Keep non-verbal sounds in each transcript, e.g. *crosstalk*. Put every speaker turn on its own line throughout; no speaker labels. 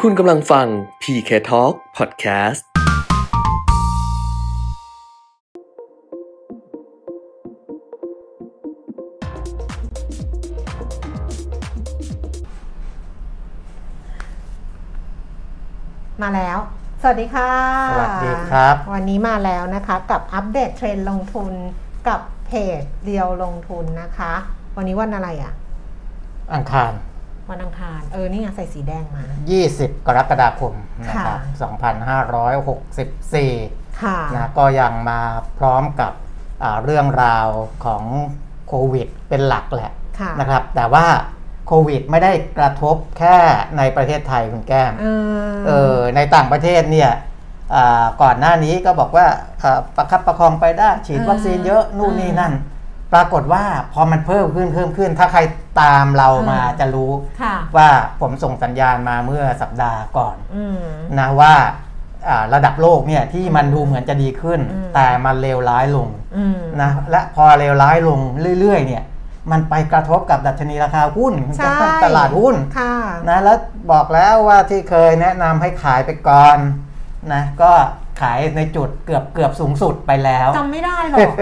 คุณกำลังฟัง PK Talk Podcast
มาแล้ว สวัสดีค่ะ
สวัสดีครับ
วันนี้มาแล้วนะคะกับอัปเดตเทรนด์ลงทุนกับเพจเดียวลงทุนนะคะ วันนี้วันอะไรอะ่ะ
อังคาร
วันอังคาร เออ นี่ไงใส่สีแดงมา
20 กรกฎาคมนะครับ
ค่
2564
ค่ะ
นะก็ยังมาพร้อมกับอ่าเรื่องราวของโควิดเป็นหลักแหละ
ค่ะ
นะครับ แต่ว่าโควิดไม่ได้กระทบแค่ในประเทศไทยคุณแก้ม
เออ
เออในต่างประเทศเนี่ยอ่าก่อนหน้านี้ก็บอกว่าอ่าประคับประคองไปได้ ฉีดวัคซีนเยอะนู่นนี่นั่น ปรากฏว่าพอมันเพิ่มขึ้นเพิ่มขึ้น ถ้าใครตามเรามาจะรู้
ค่ะ
ว่าผมส่งสัญญาณมาเมื่อสัปดาห์ก่อน
อืม
นะว่าอ่าระดับโลกเนี่ยที่มันดูเหมือนจะดีขึ้น
อืม
แต่มันเลวร้ายลง
อืม
นะและพอเลวร้ายลงเรื่อยๆเนี่ยมันไปกระทบกับดัชนีราคาหุ้น
ใช่
ตลาดหุ้น
ค่ะ
นะแล้วบอกแล้วว่าที่เคยแนะนำให้ขายไปก่อนนะก็ขายในจุดเกือบเกือบสูงสุดไปแล้ว
จำไม่ได้หร
*laughs*
อก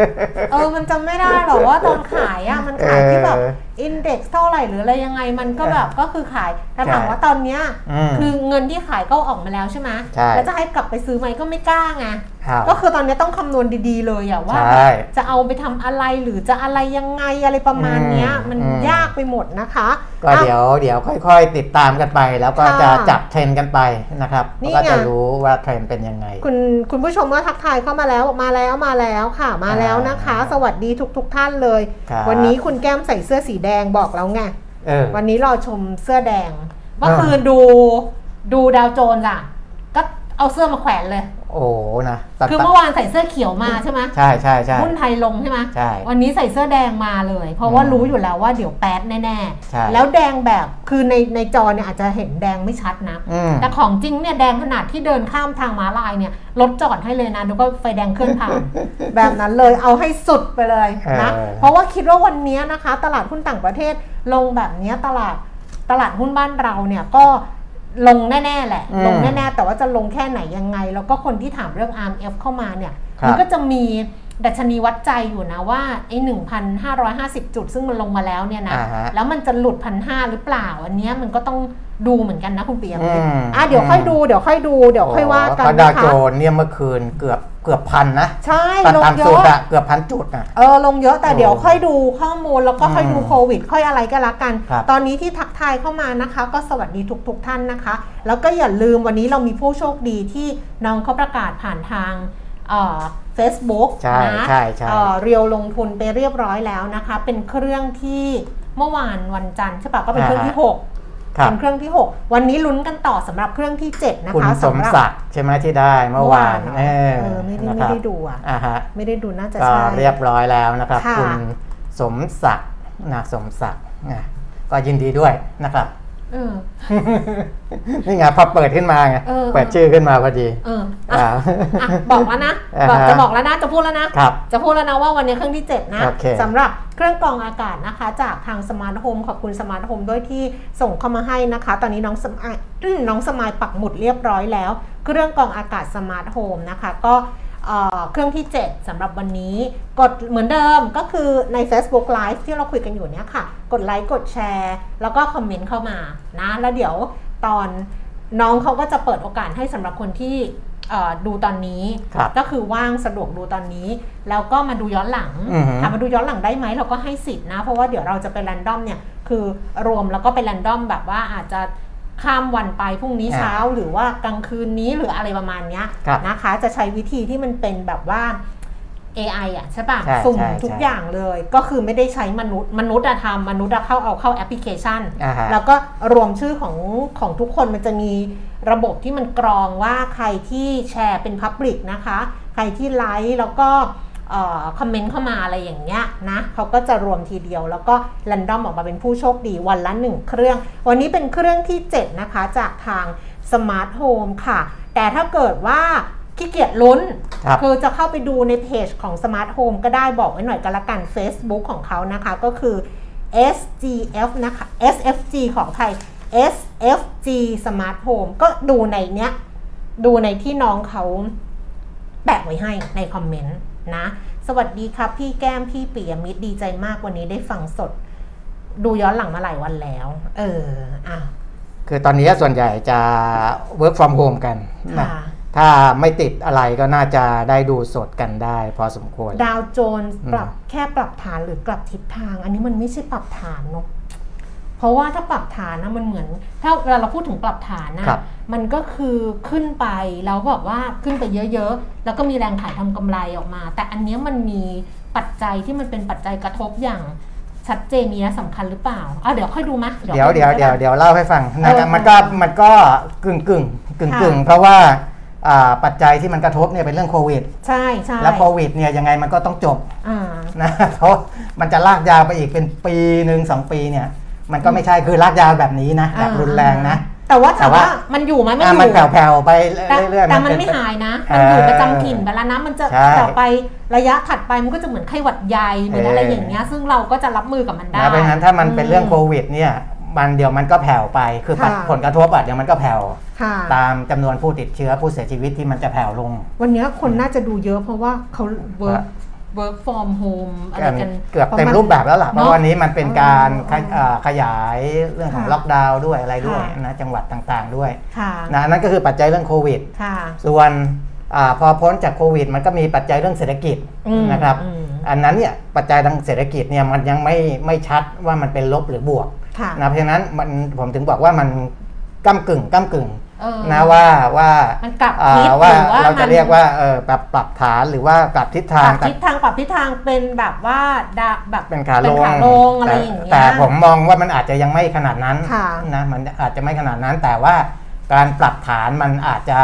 เออ มันจำไม่ได้หรอกว่าตอนขายอะมันขายที่แบบ
เออ
อินเด็กซ์เท่าไหร่หรืออะไรยังไง มันก็แบบก็คือขายแต่ถาม
ใช่
ว่าตอนเนี้ย
อืม
คือเงินที่ขายก็ออกมาแล้วใช่ไหม
ใช่
แล้วจะให้กลับไปซื้อไหมก็ไม่กล้าไง
ครับ
ก็คือตอนนี้ต้องคำนวณดีๆเลยอะว่า
ใช่
จะเอาไปทำอะไรหรือจะอะไรยังไงอะไรประมาณเนี้ย
อืม
มัน
อืม
ยากไปหมดนะคะ
ก็
อ่ะ
เดี๋ยวเดี๋ยวค่อย ๆ ติดตามกันไป แล้วก็
ค่ะ
จะจับเทรนด์กันไปนะครับ
นี่
ก็จะ
ไง
รู้ว่าเทรนด์เป็นยังไง
คุณคุณผู้ชมก็ทักทายเข้ามาแล้วบอกมาแล้วมาแล้วค่ะ มาแล้วนะคะ
อ่า
สวัสดีทุกๆทท่านเลย
ครับ
วันนี้คุณแก้มใส่เสื้อสีแดงบอกแล้วไง
เออ
วันนี้รอชมเสื้อแดงเมื่อ
เออ
คืนดูดูดาวโจนส์อะก็เอาเสื้อมาแขวนเลย
โอ้โหนะตัด
คือ
ตัด
เมื่อวานใส่เสื้อเขียวมาใช่ไหม
ใช่ใช่ใช่
หุ้นไทยลงใช่ไหม
ใช่
วันนี้ใส่เสื้อแดงมาเลย เพราะว่า
อืม
รู้อยู่แล้วว่าเดี๋ยวแป๊ดแน่
ใช่
ๆ แล้วแดงแบบ คือในในจอเนี่ยอาจจะเห็นแดงไม่ชัดนะ
อืม
แต่ของจริงเนี่ยแดงขนาดที่เดินข้ามทางม้าลายเนี่ยรถจอดให้เลยนะแล้วก็ไฟแดงเคลื่อนผ่าน แบบนั้นเลยเอาให้สุดไปเลยนะ
เออ
เพราะว่าคิดว่าวันนี้นะคะ ตลาดหุ้นต่างประเทศลงแบบเนี้ยตลาดตลาดหุ้นบ้านเราเนี่ยก็ลงแน่ๆแหละ
อืม
ลงแน่ๆแต่ว่าจะลงแค่ไหนยังไง แล้วก็คนที่ถามเรื่อง RMF เข้ามาเนี่ย
ครับ
มัก็จะมีดัชนีวัดใจอยู่นะว่าไอ้1,550 จุดซึ่งมันลงมาแล้วเนี่ยนะ
อ่าฮะ
แล้วมันจะหลุดพันห้าหรือเปล่า อันเนี้ยมันก็ต้องดูเหมือนกันนะคุณเปียก
อืม
อ่ะเดี๋ยวค่อยดูเดี๋ยวค่อยดูเดี๋ยวค่อยว่ากัน
เพระดาว
นะ
โจ
คะ
นส์เนี่ยเมื่อคืนเกือบเกือบพันนะ
ใช่
ตัด
ลง
ตาม
เย
สูตร
อะ
อะเกือบพันจุดอะ
เออลงเยอะแต่
โอ้
เดี๋ยวค่อยดูข้อมูลแล้วก็ค่อยดู
อืม
โควิด ค่อยอะไรก็แล้วกัน
ครับ
ตอนนี้ที่ทักทายเข้ามานะคะ ก็สวัสดีทุกๆทท่านนะคะ แล้วก็อย่าลืมวันนี้เรามีผู้โชคดีที่น้องเขาประกาศผ่านทางเฟซบุ๊ก
ใช่
นะ
ใช่ใช่
เอ่อเรียวลงทุนไปเรียบร้อยแล้วนะคะ เป็นเครื่องที่เมื่อวานวันจันทร์ใช่ปะก็เป็นเครื่องที่ห
อ่าฮะ
ก
ครับ
เป็นเครื่องที่หกวันนี้ลุ้นกันต่อสำหรับเครื่องที่เจ็ดนะ
คุณ
คะ
สม
ำหรับ
ศักดิ์ใช่ไหมที่ได้เมื่อวาน
เมื่
เอ
อวาน
อ
เหรอเออไม่ได้
นะค
ไม่
รับ
ได้ดูอ่ะ
อ่าฮะ
ไม่ได้ดูน่าจะ
ก็
ใช่
เรียบร้อยแล้วนะครับ
ค่ะ
คุณสมศักดิ์นะสมศักดิ์นะก็ยินดีด้วยนะครับ
เออ
*laughs* นี่ไงพอเปิดขึ้นมาไง
เออ
เปิดชื่อขึ้นมาพอดี
เอออ่ะ
อ่า
อ่ะบอกแล้วนะ
อ่า
บอ
ฮะ
กจะบอกแล้วนะจะพูดแล้วนะ
*laughs* ครับ
จะพูดแล้วนะว่าวันนี้เครื่องที่ 7 นะ
โอเค
สำหรับเครื่องกรองอากาศนะคะ จากทางสมาร์ทโฮมขอบคุณสมาร์ทโฮมด้วยที่ส่งเข้ามาให้นะคะ ตอนนี้น้องสมายอื้อน้องสมายปักหมุดเรียบร้อยแล้ว เครื่องกรองอากาศสมาร์ทโฮมนะคะ ก็เอ่อเครื่องที่ 7สำหรับวันนี้ กดเหมือนเดิมก็คือใน Facebook Live ที่เราคุยกันอยู่เนี้ยค่ะ กดไลค์กดแชร์ แล้วก็คอมเมนต์เข้ามานะ แล้วเดี๋ยวตอนน้องเขาก็จะเปิดโอกาสให้สำหรับคนที่เอ่อดูตอนนี้
ครับ
ก็คือว่างสะดวกดูตอนนี้ แล้วก็มาดูย้อนหลัง
อือฮึ
ถามมาดูย้อนหลังได้ไหมเราก็ให้สิทธิ์นะ เพราะว่าเดี๋ยวเราจะไปแรนดอมเนี่ย คือรวมแล้วก็ไปแรนดอมแบบว่าอาจจะข้ามวันไปพรุ่งนี้เช้าหรือว่ากลางคืนนี้หรืออะไรประมาณเนี้ย
ครับ
นะคะ จะใช้วิธีที่มันเป็นแบบว่า AI อ่ะใช่ปะ
ใช่
สุ่ม
ใช่
ทุก
ใช่
อย่างเลย ก็คือไม่ได้ใช้มนุษย์ มนุษย์อะทำมนุษย์อะเข้าเอาเข้าแอปพลิเคชัน
อ่าฮะ
แล้วก็รวมชื่อของของทุกคนมันจะมีระบบที่มันกรองว่าใครที่แชร์เป็นพับลิกนะคะ ใครที่ไลค์แล้วก็เอ่อคอมเมนต์เข้ามาอะไรอย่างเงี้ยนะเขาก็จะรวมทีเดียว แล้วก็รันดอมออกมาเป็นผู้โชคดีวันละหนึ่งเครื่อง วันนี้เป็นเครื่องที่ 7 นะคะ จากทางสมาร์ทโฮมค่ะ แต่ถ้าเกิดว่าขี้เกียจลุ้น
ครับ
คือจะเข้าไปดูในเพจของ Smart Home ก็ได้บอกไว้หน่อยก็แล้วกัน Facebook ของเขานะคะ ก็คือ SGF นะคะ SFG ของไทย SFG Smart Home ก็ดูในเนี้ย ดูในที่น้องเขาแปะไว้ให้ในคอมเมนต์นะ สวัสดีครับพี่แก้มพี่ปิยมิตรดีใจมากวันนี้ได้ฟังสด ดูย้อนหลังมาหลายวันแล้ว เออ อ่ะ
คือตอนนี้ส่วนใหญ่จะ work from home กันนะ
ค่ะ
ถ้าไม่ติดอะไรก็น่าจะได้ดูสดกันได้พอสมควร
ดาวโจนส์
อืม
ปรับแค่ปรับฐานหรือกลับทิศทาง อันนี้มันไม่ใช่ปรับฐานเนาะเพราะว่าถ้าปรับฐานนะมันเหมือน ถ้าเวลาเราพูดถึงปรับฐานนะครับ มันก็คือขึ้นไปแล้วแบบว่าขึ้นไปเยอะๆ แล้วก็มีแรงขายทำกำไรออกมา แต่อันเนี้ยมันมีปัจจัยที่มันเป็นปัจจัยกระทบอย่างชัดเจนมีนะสำคัญหรือเปล่าอ่ะเดี๋ยวค่อยดูมะ
เดี๋ยว
ค่อ
เดี๋ยว
กัน
เดี๋ยวเดี๋ยวเล่าให้ฟังนะครับ
เออ
มันก็มันก็กึ่งกึ่งกึ่งกึ่ง
ค่ะ
เพราะว่าอ่าปัจจัยที่มันกระทบเนี่ยเป็นเรื่องโควิด
ใช่ใช่
แล้วโควิดเนี่ยยังไงมันก็ต้องจบ
อ่า
นะ *laughs* เพราะมันจะลากยาวไปอีกเป็นปีหนึ่งสองปีเนี่ย มันก็ไม่ใช่คือลากยาวแบบนี้นะแบบรุนแรงนะ
แต่ว่า
แต่
ถาม
ว่า
ว่ามันอยู่ไหมมันอ
อ่ะ
ยู่
มันแผ่วๆไป
แต่
เรื่อยๆ
แต่มัน
เป็
ไม่หายนะ มันอยู่
เออ
ประจำถิ่นไปแล้วนะ มันจะ
ใช่
ต่อไประยะถัดไปมันก็จะเหมือนไข้หวัดใหญ่เหมือน
เอออ
อะไรอย่างเงี้ย ซึ่งเราก็จะรับมือกับมันได้
นะเพราะฉะนั้นถ้ามันเป็นเรื่องโควิดเนี่ยมันเดี๋ยวมันก็แผ่วไปคือ
ค่ะ
ผลกระทบอ่ะเดี๋ยวมันก็แผ่ว
ค่ะ
ตามจำนวนผู้ติดเชื้อผู้เสียชีวิตที่มันจะแผ่วลง
วันเนี้ยคนน่าจะดูเยอะเพราะว่าเขา work
ฮะ
work from home อะไรกัน
เกือบ
ะาณ
เต็มรูปแบบแล้วล่ะ เพราะ
เนอะ
วันนี้มันเป็นการขย
เออ
เอ่อขยายเรื่องของ
ค่ะ
ล็อกดาวน์ด้วยอะไรด้วย
ค่ะ
นะจังหวัดต่างๆด้วย
ค่ะ
นะอันนั่นก็คือปัจจัยเรื่องโควิด
ค่ะ
ส่วนอาพอพ้นจากโควิด มันก็มีปัจจัยเรื่องเศรษฐกิจ
อืม
นะครับ
อืม
อันนั้นเนี่ยปัจจัยทางเศรษฐกิจเนี่ยมันยังไม่ไม่ชัดว่ามันเป็นลบหรือบวก
ค่ะ
นะเพราะฉะนั้นมันผมถึงบอกว่ามันก้ากึ่งก้ากึ่ง
เออ
นะว่าว่าม
นกลับ
อ่า
ทิศ
ว่า
หรือว่า
เราจะ
น
เรียกว่าเออปรับปรับฐานหรือว่ากลับทิศ
ป
ทา
รั
ง
บ
แต่
ทิศทางปรับทิศทางเป็นแบบว่าดาแบบ
เป็นขาลง
งอะไร
แต่
อย่างเงี้ย
แต่ผมมองว่ามันอาจจะยังไม่ขนาดนั้น
ค่ะ
นะมันอาจจะไม่ขนาดนั้น แต่ว่าการปรับฐานมันอาจจะ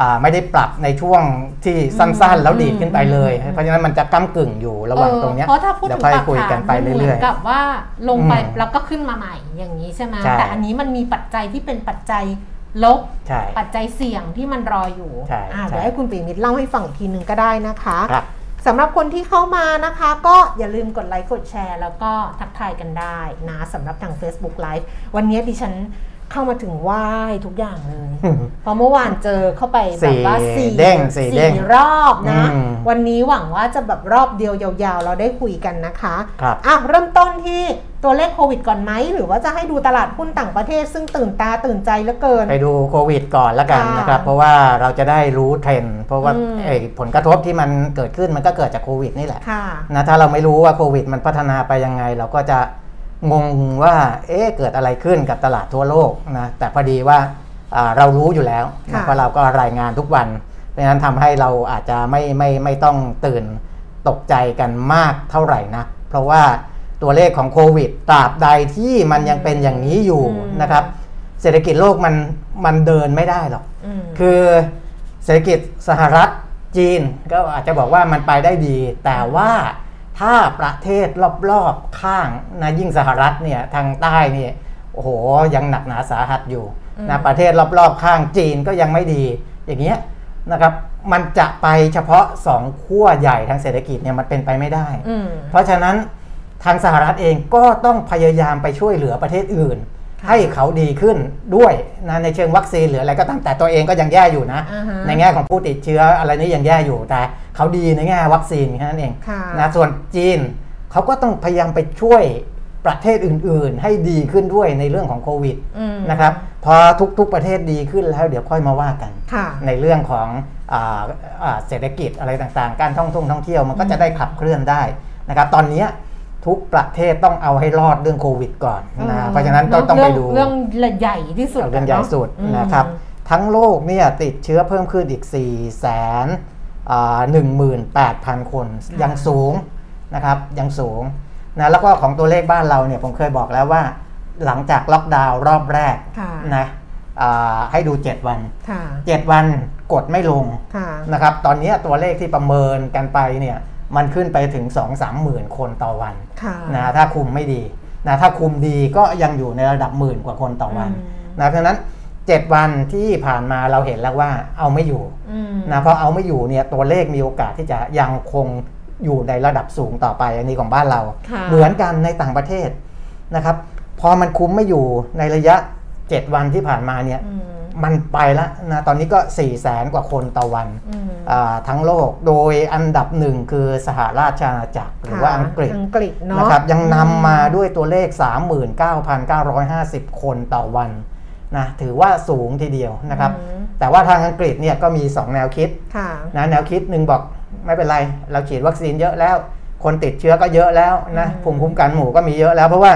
อ่าไม่ได้ปรับในช่วงที่สั้น
อืม
ๆ แล้วดีดขึ้นไปเลย
อืม
เพราะฉะนั้นมันจะก้ากึ่งอยู่ระหว่างตรงเนี้ย
เออเพราะถ้าพูด
เดี๋ย
ถึง
วค่อย
ปาก
คุย
ฐาน
กันไป
มัน
เรื่อย
ๆกับว่าลงไป
อืม
แล้วก็ขึ้นมาใหม่อย่างนี้ใช่ไหม
ใช่
แต่อันนี้มันมีปัจจัยที่เป็นปัจจัยลบ
ๆ ใช่
ปัจจัยเสี่ยงที่มันรออยู่
ใช่
อ่า
ใช่
เดี๋ยวให้คุณปิยมิตรเล่าให้ฟังอีกทีหนึ่งก็ได้นะคะ
ครับ *laughs*
สำหรับคนที่เข้ามานะคะ ก็อย่าลืมกดไลค์กดแชร์ แล้วก็ทักทายกันได้นะสำหรับทาง Facebook Live วันนี้ดิฉันเข้ามาถึงไหว้ทุกอย่างเลย เพราะเมื่อวานเจอเข้าไปแบบว่าสี่
สี่เด้งสี่เด้ง
รอบนะ
อืม
วันนี้หวังว่าจะแบบรอบเดียวยาวๆ เราได้คุยกันนะคะ
ครับ
อ่ะเริ่มต้นที่ตัวเลขโควิดก่อนไหม หรือว่าจะให้ดูตลาดหุ้นต่างประเทศ ซึ่งตื่นตาตื่นใจเหลือเกิน
ไปดูโควิดก่อนละกัน
ค่ะ
นะครับ เพราะว่าเราจะได้รู้เทรนด์เพราะว่า
อืม
ไอ้ผลกระทบที่มันเกิดขึ้นมันก็เกิดจากโควิดนี่แหละ
ค่ะ
นะถ้าเราไม่รู้ว่าโควิดมันพัฒนาไปยังไง เราก็จะงงว่าเอ๊ะเกิดอะไรขึ้นกับตลาดทั่วโลกนะแต่พอดีว่าอ่าเรารู้อยู่แล้วนะ
ค่ะ
เพราะเราก็รายงานทุกวัน เพราะฉะนั้นทำให้เราอาจจะไม่ไม่ไม่ต้องตื่นตกใจกันมากเท่าไหร่นะเพราะว่าตัวเลขของโควิดตราบใดที่มันยังเป็นอย่างนี้อยู่นะครับ เศรษฐกิจโลกมันมันเดินไม่ได้หรอก
อืม
คือเศรษฐกิจสหรัฐจีนก็อาจจะบอกว่ามันไปได้ดี แต่ว่าถ้าประเทศรอบๆข้างนะยิ่งสหรัฐเนี่ยทางใต้เนี่ยโอ้โหยังหนักหนาสาหัสอยู่นะ
อืม
ประเทศรอบๆข้างจีนก็ยังไม่ดี อย่างเงี้ยนะครับมันจะไปเฉพาะสองขั้วใหญ่ทางเศรษฐกิจเนี่ยมันเป็นไปไม่ได้
อืม
เพราะฉะนั้นทางสหรัฐเองก็ต้องพยายามไปช่วยเหลือประเทศอื่น
ค่ะ
ให้เขาดีขึ้นด้วยนะในเชิงวัคซีนหรืออะไรก็ตามแต่ตัวเองก็ยังแย่อยู่นะ
อ่าฮะ
ในแง่ของผู้ติดเชื้ออะไรนี้ยังแย่อยู่แต่เขาดีในแง่วัคซีนแค่นั้นเอง
ค่ะ
นะส่วนจีนเขาก็ต้องพยายามไปช่วยประเทศอื่นๆ ให้ดีขึ้นด้วยในเรื่องของโควิด
อืม
นะครับพอทุกๆประเทศดีขึ้นแล้วเดี๋ยวค่อยมาว่ากัน
ค่ะ
ในเรื่องของอาอ่าเศรษฐกิจอะไรต่างๆ การท่องท่องท่องเที่ยวมันก็จะได้ขับเคลื่อนได้นะครับ ตอนเนี้ยทุกประเทศต้องเอาให้รอดเรื่องโควิดก่อนนะ เพราะฉะนั้นต้องต้องไปดู
เรื่องเรื่องใหญ่ที่สุด
เรื่องใหญ่สุด
เอะ
นะครับ ทั้งโลกเนี่ยติดเชื้อเพิ่มขึ้นอีก 4 1 8 0 0 0 คนยังสูงนะครับยังสูงนะแล้วก็ของตัวเลขบ้านเราเนี่ยผมเคยบอกแล้วว่า หลังจากล็อกดาวน์รอบแรก
ค่ะ
นะอ่าให้ดู 7 วัน
ค่ะ
7 วันกดไม่ลง
ค่ะ
นะครับตอนนี้ตัวเลขที่ประเมินกันไปเนี่ยมันขึ้นไปถึง 2 3 0 0 0 0 คนต่อวัน
ค่ะ
นะถ้าคุมไม่ดีนะถ้าคุมดีก็ยังอยู่ในระดับหมื่นกว่าคนต่อวัน
อืม
นะเพราะฉะนั้น 7 วันที่ผ่านมาเราเห็นแล้วว่าเอาไม่อยู่
อืม
นะเพราะเอาไม่อยู่เนี่ยตัวเลขมีโอกาสที่จะยังคงอยู่ในระดับสูงต่อไปอันนี้ของบ้านเรา
ค่ะ
เหมือนกันในต่างประเทศนะครับพอมันคุมไม่อยู่ในระยะ 7 วันที่ผ่านมาเนี่ย
อืม
มันไปแล้วนะตอนนี้ก็ 4 0 0แสนกว่าคนต่อวัน
อืม
อ่าทั้งโลกโดยอันดับหนึ่งคือสหราชอาณาจักรหรือว่า
ค่ะ
อังกฤษ
อังกฤษเนาะ
นะครับยังนำมาด้วยตัวเลข 39,950 คนต่อวันนะถือว่าสูงทีเดียวนะครับ
อืม
แต่ว่าทางอังกฤษเนี่ยก็มี 2 แนวคิด
ค่ะ
นะแนวคิดหนึ่งบอกไม่เป็นไร เราฉีดวัคซีนเยอะแล้ว คนติดเชื้อก็เยอะแล้วนะ
อืม
ภูมิคุ้มกันหมู่ก็มีเยอะแล้ว เพราะว่า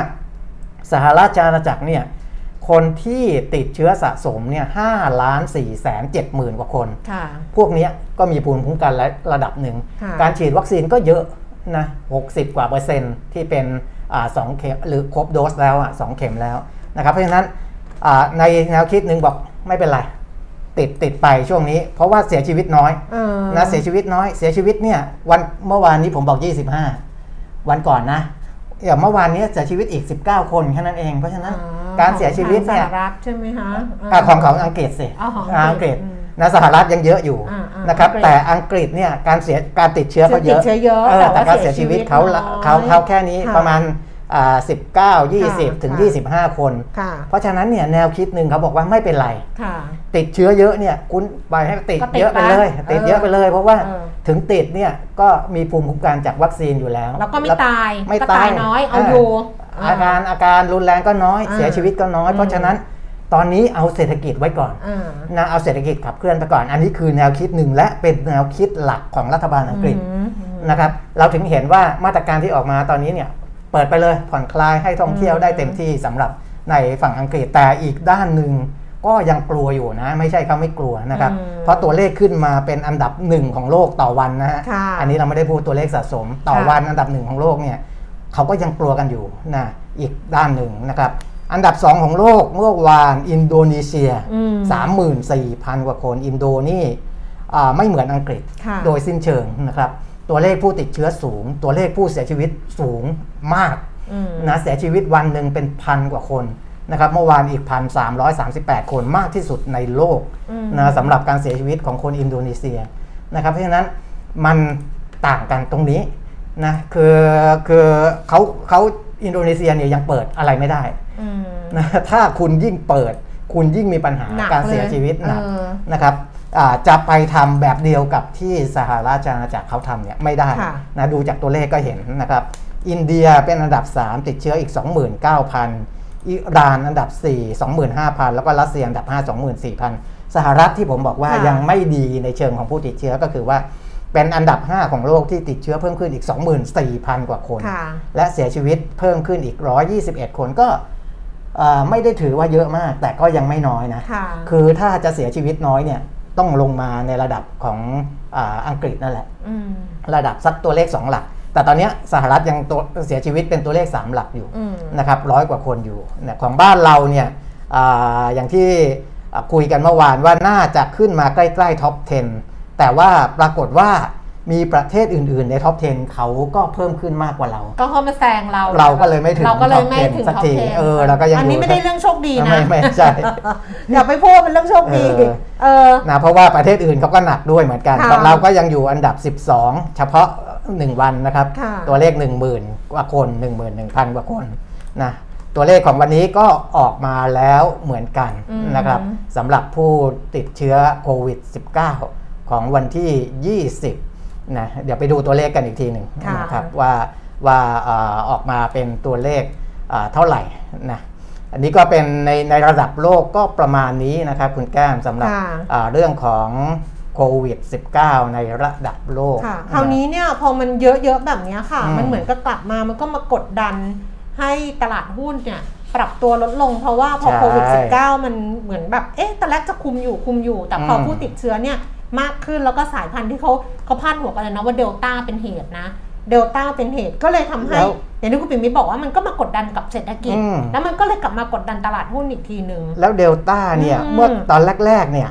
สหราชอาณาจักรเนี่ยคนที่ติดเชื้อสะสมเนี่ยห้าล้านสี่แสนเจ็ดหมื่นกว่าคน
ค่ะ
พวกเนี้ยก็มีภูมิคุ้มกันและระดับหนึ่ง
ค่ะ
การฉีดวัคซีนก็เยอะนะ60 กว่าเปอร์เซ็นต์ที่เป็นอ่าสองเข็มหรือครบโดสแล้วอ่ะสองเข็มแล้วนะครับเพราะฉะนั้นอ่าในแนวคิดหนึ่งบอกไม่เป็นไร ติดติดไปช่วงนี้ เพราะว่าเสียชีวิตน้อย
เออ
นะเสียชีวิตน้อยเสียชีวิตเนี่ยวันเมื่อวานนี้ผมบอก 25 วันก่อนนะอย่างเมื่อวานเนี้ยเสียชีวิตอีก 19 คนแค่นั้นเอง เพราะฉะ
อ๋
นั้
อน
การเสียชีวิตเนี่ย
ของสหรัฐใช่ไหมคะา
อ่ะของของอังกฤษสิ
อ๋อของ
า
อั
อั
ง
ง
ก
ก
ฤ
ฤ
ษ
ษ
อืม
นะสหรัฐยังเยอะอยู่
อ่าอ่า
นะครับ
อังกฤษ
แต่อังกฤษเนี่ยการเสียการติดเชื้อก็เยอะ
ติดเชื้อเยอะ
เออแต่การ
ว่
เสียชีวิตเขาละ
น้อย
เขาเขาแค่นี้
ค่ะ
ประมาณอ่า19
ค่ะ
20 ถึง
ค่ะ
25 คน
ค่ะ
เพราะฉะนั้นเนี่ยแนวคิดหนึ่งเขาบอกว่าไม่เป็นไร
ค่ะ
ติดเชื้อเยอะเนี่ยคุณปล่อยให้ติด
ก็ติด
เยอะไป
บ้าง
เลย ติดเยอะไปเลย เพราะว่า
เออ
ถึงติดเนี่ยก็มีภูมิคุ้มกันจากวัคซีนอยู่แล้ว
แล้วก็ไม่ตาย
ไม่
ก็ตายน้อยเอาอยู่
อาการอาการรุนแรงก็น้อย
อ่า
เสียชีวิตก็น้อย
อืม
เพราะฉะนั้นตอนนี้เอาเศรษฐกิจไว้ก่อน
อ่า
นะเอาเศรษฐกิจขับเคลื่อนไปก่อน อันนี้คือแนวคิดหนึ่งและเป็นแนวคิดหลักของรัฐบาลอังกฤษ
อืมอืม
นะครับ เราถึงเห็นว่ามาตรการที่ออกมาตอนนี้เนี่ยเปิดไปเลยผ่อนคลายให้ท่องเที่ยว
อืม
ได้เต็มที่สำหรับในฝั่งอังกฤษแต่อีกด้านหนึ่งก็ยังกลัวอยู่นะ ไม่ใช่เขาไม่กลัวนะครับ
อืม
เพราะตัวเลขขึ้นมาเป็นอันดับหนึ่งของโลกต่อวันนะฮะ
ค่ะ
อันนี้เราไม่ได้พูดตัวเลขสะสม ต่อ
ค่ะ
วันอันดับหนึ่งของโลกเนี่ยเขาก็ยังกลัวกันอยู่นะอีกด้านหนึ่งนะครับ อันดับ 2 ของโลกเมื่อวานอินโดนีเซีย
อืม
34,000 กว่าคนอินโดนีอ่าไม่เหมือนอังกฤษ
ค่ะ
โดยสิ้นเชิงนะครับ ตัวเลขผู้ติดเชื้อสูง ตัวเลขผู้เสียชีวิตสูงมาก
อืม
นะเสียชีวิตวันหนึ่งเป็นพันกว่าคนนะครับเมื่อวานอีก 1,338 คนมากที่สุดในโลก
อืม
นะสำหรับการเสียชีวิตของคนอินโดนีเซียนะครับเพราะฉะนั้นมันต่างกันตรงนี้นะคือคือเขาเขาอินโดนีเซียเนี่ยยังเปิดอะไรไม่ได้
อืม
นะถ้าคุณยิ่งเปิด คุณยิ่งมีปัญหา
หนัก
การเสียชีวิตหนัก
เออ
นะครับอ่าจะไปทำแบบเดียวกับที่สหราชอาณาจักรเขาทำเนี่ยไม่ได้
ค่ะ
นะดูจากตัวเลขก็เห็นนะครับ อินเดียเป็นอันดับ 3 ติดเชื้ออีก 29,000 อิหร่านอันดับ 4 25,000 แล้วก็รัสเซียอันดับ 5 24,000 สหรัฐที่ผมบอกว่า
ค่ะ
ยังไม่ดีในเชิงของผู้ติดเชื้อก็คือว่าเป็นอันดับ 5 ของโลกที่ติดเชื้อเพิ่มขึ้นอีก 24,000 กว่าคน
ค่ะ
และเสียชีวิตเพิ่มขึ้นอีก 121 คนก็เอ่อไม่ได้ถือว่าเยอะมาก แต่ก็ยังไม่น้อยนะ
ค่ะ
คือถ้าจะเสียชีวิตน้อยเนี่ยต้องลงมาในระดับของอาอังกฤษนั่นแหละ
อืม
ระดับสักตัวเลข 2 หลัก แต่ตอนเนี้ยสหรัฐยังตัวเสียชีวิตเป็นตัวเลข 3 หลักอยู่
อืม
นะครับร้อยกว่าคนอยู่นะของบ้านเราเนี่ยอาอย่างที่อ่าคุยกันเมื่อวานว่าน่าจะขึ้นมาใกล้ๆท็อป 10 แต่ว่าปรากฏว่ามีประเทศอื่นๆในท็อป 10 เขาก็เพิ่มขึ้นมากกว่าเรา
ก็เข้ามาแซงเรา
เราก็เลยไม่ถึง
เราก็เลยไม่
top 10
ถึง
สัก
ท็อป
ที
เทน
เออเราก็ยัง
อันนี้
อยู่
ไม่ได้เรื่องโชคดีนะ
ไม่ไม่ใช่
อย่าไปพูดเป็นเรื่องโชคดี
เออ
เออ
นะเพราะว่าประเทศอื่นเขาก็หนักด้วยเหมือนกัน
ค่ะ
ของเราก็ยังอยู่อันดับ 12 เฉพาะ 1 วันนะครับ
ค่ะ
ตัวเลข 10,000 กว่าคน 11,000 กว่าคนนะตัวเลขของวันนี้ก็ออกมาแล้วเหมือนกันนะครับสำหรับผู้ติดเชื้อโควิด -19 ของวันที่ 20นะเดี๋ยวไปดูตัวเลขกันอีกทีหนึ่งนะครับว่าว่าเอ่อออกมาเป็นตัวเลขเอ่อเท่าไหร่นะอันนี้ก็เป็นในในระดับโลกก็ประมาณนี้นะครับคุณแก้มสำหรับ
ค่ะ
อ่าเรื่องของโควิด -19 ในระดับโลก
ค่ะคราวนี้เนี่ยพอมันเยอะๆแบบเนี้ยค่ะ
อืม
มันเหมือนกับกลับมามันก็มากดดันให้ตลาดหุ้นเนี่ยปรับตัวลดลง เพราะว่าพอ
ใช่
โควิด -19 มันเหมือนแบบเอ๊ะตอนแรกจะคุมอยู่คุมอยู่ แต่พออ
ม
ผู้ติดเชื้อเนี่ยมากขึ้นแล้วก็สายพันธุ์ที่เขาเขาพาดหัวกันเลยนะว่าเดลต้าเป็นเหตุนะเดลต้าเป็นเหตุก็เลยทำให้
แล้ว
อย่างที่คุณปิ่มมิตรบอกว่ามันก็มากดดันกับเศรษฐกิจ
อืม
แล้วมันก็เลยกลับมากดดันตลาดหุ้นอีกทีหนึ่ง
แล้วเดลต้าเนี่ย
อืม
เมื่อตอนแรก ๆ เนี่ย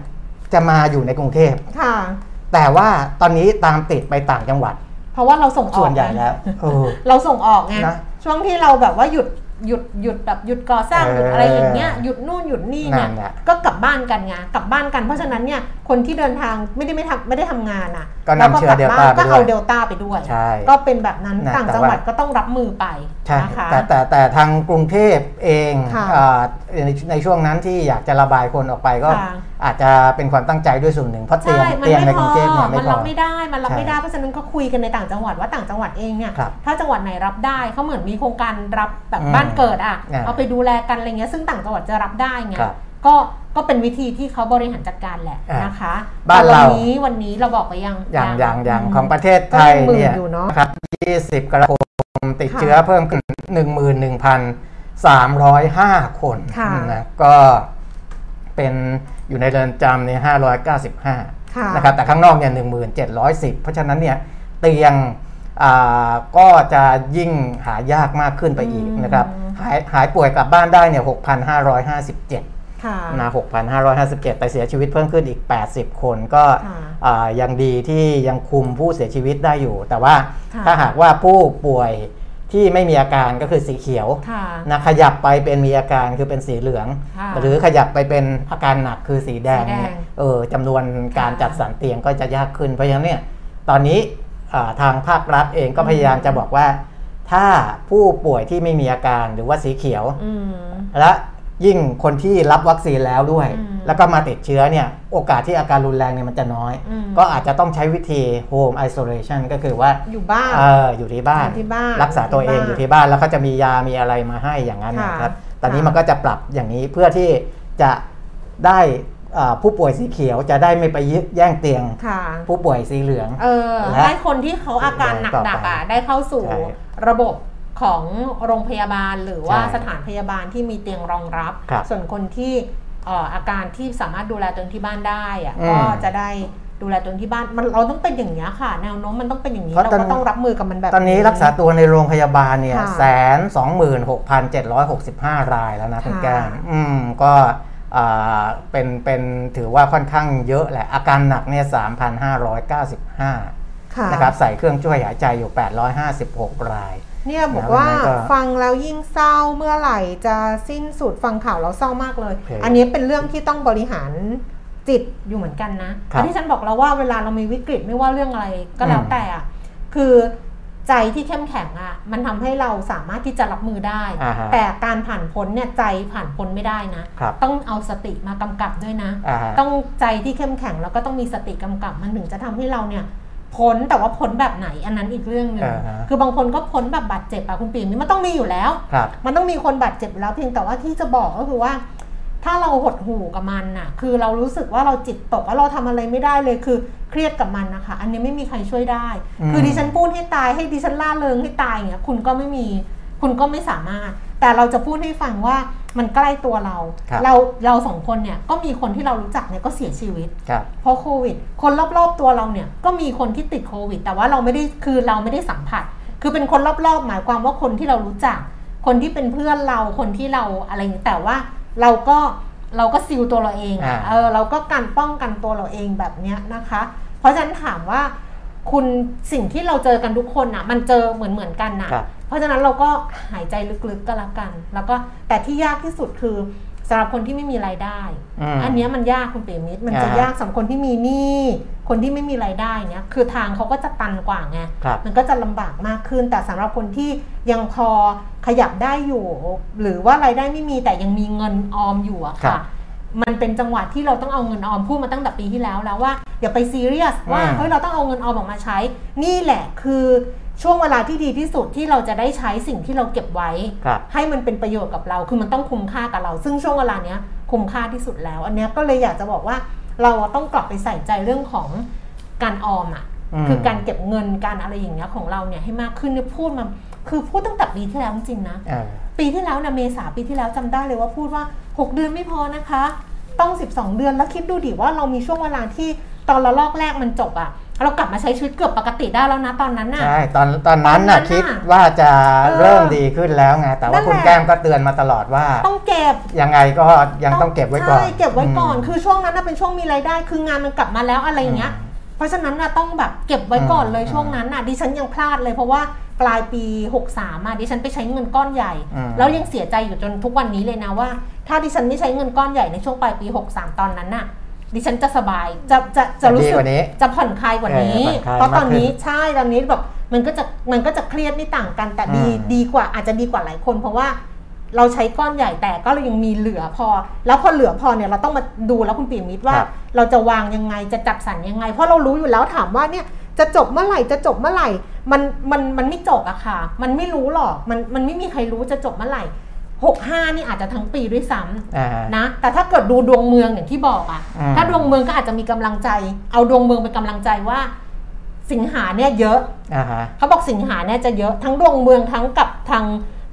จะมาอยู่ในกรุงเทพ
ค่ะ
แต่ว่าตอนนี้ตามติดไปต่างจังหวัด
เพราะว่าเราส่งออก
ส่วนใหญ่
ไง
แล้วเออ
เราส่งออกไง
นะ
ช่วงที่เราแบบว่าหยุดหยุดหยุดแบบหยุดก่อสร้าง
เอ
ห
อ
ยุดอะไรอย่างเงี้ยหยุดนู่นหยุดนี่เนี่ย
นั่นแหละ
ก็กลับบ้านกันไงกลับบ้านกันเพราะฉะนั้นเนี่ย คนที่เดินทางไม่ได้ไม่ทำไม่ได้ทำงานอ่ะ
ก็นำเชื้อ
แล้วกลับบ้น
เดลต้าไปด้วย
ก็เอาเดลต้าไปด้วย
ใช่
ก็เป็นแบบนั้น
นะ
ต่าง
แต่
จัง
ว่า
หวัดก็ต้องรับมือไป
ใช่
นะคะ
แต่แต่แต่ทางกรุงเทพเอง
ค่ะ
อ่าในในช่วงนั้นที่อยากจะระบายคนออกไปก็
ค่ะ
อาจจะเป็นความตั้งใจด้วยส่วนหนึ่งเพราะเตีย
ใช่
ง
มัน
เตียงใน
ไม่
ก
พ
รุ
อง
เทพเนี่ย
มั
ไม่
น
พ
รั
อ
บไม่ได้ มันรับ
ใช่
ไม่ได้ เพราะฉะนั้นก็คุยกันในต่างจังหวัดว่าต่างจังหวัดเองเนี่ย
ครับ
ถ้าจังหวัดไหนรับได้เขาเหมือนมีโครงการรับแบบ
อืม
บ้านเกิดอ่ะ
อ่ะ
เอาไปดูแลกันอะไรเงี้ย ซึ่งต่างจังหวัดจะรับได้ไง
ครับ
ก็ก็เป็นวิธีที่เขาบริหารจัดการแหละ
อ่ะ
นะคะ
บ้านเรา
วันนี้วันนี้เราบอกไปยัง
อย่างอย่างอย่าง
ม
ของประเทศไทย
ก็ยังหมื่น
เนี่ย
อยู่เนอะ
นะครับ 20 กรกฎาคมติด
ค่ะ
เชื้อเพิ่มขึ้น 11,305 คน
ค่ะ
นะก็เป็นอยู่ในเรือนจำเนี่ย595
ค่ะ
นะครับแต่ข้างนอกเนี่ย1710 เพราะฉะนั้นเนี่ยเตียงอ่าก็จะยิ่งหายากมากขึ้นไปอีก
อืม
นะครับหายหายป่วยกลับบ้านได้เนี่ย6,557
ค่ะ
นะ6,557ไปเสียชีวิตเพิ่มขึ้นอีก 80 คนก็
ค่ะ
อ่ายังดีที่ยังคุมผู้เสียชีวิตได้อยู่ แต่ว่า
ค่ะ
ถ้าหากว่าผู้ป่วยที่ไม่มีอาการก็คือสีเขียว
ค่ะ
นะขยับไปเป็นมีอาการคือเป็นสีเหลือง
ค่ะ
หรือขยับไปเป็นอาการหนักคือสีแดงเนี่ย
สีแดง
เออจำนวนการ
ค่ะ
จัดสรรเตียงก็จะยากขึ้น เพราะฉะนั้นเนี่ยตอนนี้อ่าทางภาครัฐเองก็
อืม
พยายามจะบอกว่า ถ้าผู้ป่วยที่ไม่มีอาการหรือว่าสีเขียว
อืม
และยิ่งคนที่รับวัคซีนแล้วด้วย
อืม
แล้วก็มาติดเชื้อเนี่ยโอกาสที่อาการรุนแรงเนี่ยมันจะน้อย
อืม
ก็อาจจะต้องใช้วิธี home isolation ก็คือว่า
อยู่บ้าน
เอออยู่ที่บ้าน
อยู่ที่บ้าน
รักษาตัวเอง
อ
อยู่ ยู่
ที่
ที่บ้านแล้วก็จะมียามีอะไรมาให้อย่างนั้น
ค่ะ
นะครับ ตอนนี้
ค่ะ
มันก็จะปรับอย่างนี้เพื่อที่จะได้เอ่อผู้ป่วยสีเขียวจะได้ไม่ไปแย่งเตียง
ค่ะ
ผู้ป่วยสีเหลือง
เออ
และ
ให้คนที่เขาอาการหนักๆอ่ะได้เข้าสู่
ใช่
ระบบของโรงพยาบาลหรือว่า
ใช่
สถานพยาบาลที่มีเตียงรองรับ
ครับ
ส่วนคนที่เอ่ออาการที่สามารถดูแลตวเองที่บ้านได้อ่ะ
อืม
ก็จะได้ดูแลตวเองที่บ้านมันเราต้องเป็นอย่างนี้ยค่ะ แนวโน้มมันต้องเป็นอย่างนี้
เพราะ
เรา
ตอน
ก็ต้องรับมือกับมันแบบ
ตอนนี้รักษาตัวในโรงพยาบาลเนี่ย
ค่ะ
แสนสองหมื่นหกพันเจ็ดร้อยหกสิบห้ารายแล้วนะคุณ
ค่ะ
แก้มอืมก็อ่าเป็นเป็นถือว่าค่อนข้างเยอะแหละ อาการหนักเนี่ยสามพันห้าร้อยเก้าสิบห้า
ะ
นะครับใส่เครื่องช่วยหายใจอยู่แปดร้อยห้าสิบหกราย
เนี่ยบอกว่า
แล้วก็
ฟังแล้วยิ่งเศร้าเมื่อไหร่จะสิ้นสุดฟังข่าวแล้วเศร้ามากเลย
โอเค
อันนี้เป็นเรื่องที่ต้องบริหารจิตอยู่เหมือนกันนะครับอันที่ฉันบอกแล้วว่าเวลาเรามีวิกฤตไม่ว่าเรื่องอะไรก็แล้ว
อืม
แต่อะคือใจที่เข้มแข็งอะ่ะมันทำให้เราสามารถที่จะรับมือได้
อ่าฮะ
แต่การผ่านพ้นเนี่ยใจผ่านพ้นไม่ได้นะ
ครับ
ต้องเอาสติมากำกับด้วยนะ
อ่าฮะ
ต้องใจที่เข้มแข็งแล้วก็ต้องมีสติกำกับมันถึงจะทำให้เราเนี่ยพ้นแต่ว่าพ้นแบบไหนอันนั้นอีกเรื่องหนึ่ง
อ่าฮะ
คือบางคนก็พ้นแบบบาดเจ็บอะคุณปีมนี่มันต้องมีอยู่แล้ว
ครับ
มันต้องมีคนบาดเจ็บแล้วเพียงแต่ว่าที่จะบอกก็คือว่า ถ้าเราหดหู่กับมันน่ะ คือเรารู้สึกว่าเราจิตตกว่าเราทำอะไรไม่ได้เลยคือเครียดกับมันนะคะ อันนี้ไม่มีใครช่วยได้
อืม
คือดิฉันพูดให้ตายให้ดิฉันล่าเริงให้ตายอย่างเงี้ยคุณก็ไม่มี คุณก็ไม่สามารถ แต่เราจะพูดให้ฟังว่ามันใกล้ตัวเรา
ครับ
เราเราสองคนเนี่ยก็มีคนที่เรารู้จักเนี่ยก็เสียชีวิต
ครับ
เพราะโควิด คนรอบๆตัวเราเนี่ยก็มีคนที่ติดโควิด แต่ว่าเราไม่ได้คือเราไม่ได้สัมผัส คือเป็นคนรอบๆ หมายความว่าคนที่เรารู้จัก คนที่เป็นเพื่อนเราคนที่เราอะไรอย่างนี้แต่ว่าเราก็เราก็ซิลตัวเราเองอะ
อ่า
เออเราก็การป้องกันตัวเราเองแบบเนี้ยนะคะ เพราะฉะนั้นถามว่า คุณสิ่งที่เราเจอกันทุกคนน่ะ มันเจอเหมือนเหมือนๆกันน่ะ
ครับ
เพราะฉะนั้นเราก็หายใจลึกๆก็แล้วกัน แล้วก็แต่ที่ยากที่สุดคือสำหรับคนที่ไม่มีรายได้
ม
อันเนี้ยมันยากคุณเปรมิตรมันจะ
อ่าฮะ
ยากสำหรับคนที่มีหนี้คนที่ไม่มีรายได้เนี้ยคือทางเขาก็จะตันกว่าไง
ครับ
มันก็จะลำบากมากขึ้น แต่สำหรับคนที่ยังพอขยับได้อยู่ หรือว่ารายได้ไม่มีแต่ยังมีเงินออมอยู่อะ
ครั
ค่ะ
บ
มันเป็นจังหวะที่เราต้องเอาเงินออมพูดมาตั้งแต่ปีที่แล้วแล้วว่าอย่าไปซีเรียสว่า
อืม
เฮ้ยเราต้องเอาเงินออมออกมาใช้ นี่แหละคือช่วงเวลาที่ดีที่สุดที่เราจะได้ใช้สิ่งที่เราเก็บไว้
ครับ
ให้มันเป็นประโยชน์กับเรา คือมันต้องคุ้มค่ากับเรา ซึ่งช่วงเวลาเนี้ยคุ้มค่าที่สุดแล้ว อันเนี้ยก็เลยอยากจะบอกว่าเราอะต้องกลับไปใส่ใจเรื่องของการออมอ่ะ
อืม
คือการเก็บเงินการอะไรอย่างเงี้ยของเราเนี่ยให้มากขึ้นเนี่ยพูดมาคือพูดตั้งแต่ปีที่แล้วจริงๆนะ
เออ
ปีที่แล้วนะเมษาปีที่แล้วจำได้เลยว่าพูดว่า 6 เดือนไม่พอนะคะ ต้อง 12 เดือนแล้วคิดดูดิว่าเรามีช่วงเวลาที่ตอนละลอกแรกมันจบอะเรากลับมาใช้ชีวิตเกือบปกติได้แล้วนะตอนนั้นน่ะ
ใช่ตอนตอนนั้น
ตอนนั้
น่ะ
นน่ะ
คิดว่าจะ
เออ
เริ่มดีขึ้นแล้วไงแต่ว่าคุณ
นั่นแหละ
แก้มก็เตือนมาตลอดว่า
ต้องเก็บ
ยังไงก็ยังต้องเก็บไว้ก่อน
ใช่เก็บไว้ก่อน
ม
คือช่วงนั้นน่ะเป็นช่วงมีรายได้ คืองานมันกลับมาแล้วอะไรอย่างเงี้ย เพราะฉะนั้นน่ะต้องแบบเก็บไว้ก่อนเลย
อืม
ช่วงนั้นน่ะดิฉันยังพลาดเลยเพราะว่าปลายปี 63อ่ะดิฉันไปใช้เงินก้อนใหญ่
อืม
แล้วยังเสียใจอยู่จนทุกวันนี้เลยนะว่า ถ้าดิฉันไม่ใช้เงินก้อนใหญ่ในช่วงปลายปี 63 ตอนนั้นน่ะ ดิฉันจะสบายจะจะจะรู้สึ
ดีกว่านี้
จะผ่อนคลายกว่านี้
เออผ่อนคลาย
เพราะตอนนี้
มากขึ้น
ใช่ตอนนี้แบบมันก็จะมันก็จะเครียดไม่ต่างกัน แต่ดี
อืม
ดีกว่าอาจจะดีกว่าหลายคน เพราะว่าเราใช้ก้อนใหญ่แต่ก็เรายังมีเหลือพอ แล้วพอเหลือพอเนี่ยเราต้องมาดูแล้วคุณปิ่มมิตรว่า
ครับ
เราจะวางยังไงจะจัดสรรยังไง เพราะเรารู้อยู่แล้วถามว่าเนี่ยจะจบเมื่อไหร่จะจบเมื่อไหร่ มันมันมันไม่จบอะค่ะ มันไม่รู้หรอกมันมันไม่มีใครรู้จะจบเมื่อไหร่หกห้านี่อาจจะทั้งปีด้วยซ้ำ
อ่า
นะแต่ถ้าเกิดดูดวงเมืองอย่างที่บอกอะ
อืม
ถ้าดวงเมืองก็อาจจะมีกำลังใจ เอาดวงเมืองเป็นกำลังใจว่า สิงหาเนี่ยเยอะ
อ่าฮะ
เขาบอกสิงหาเนี่ยจะเยอะทั้งดวงเมืองทั้งกับทาง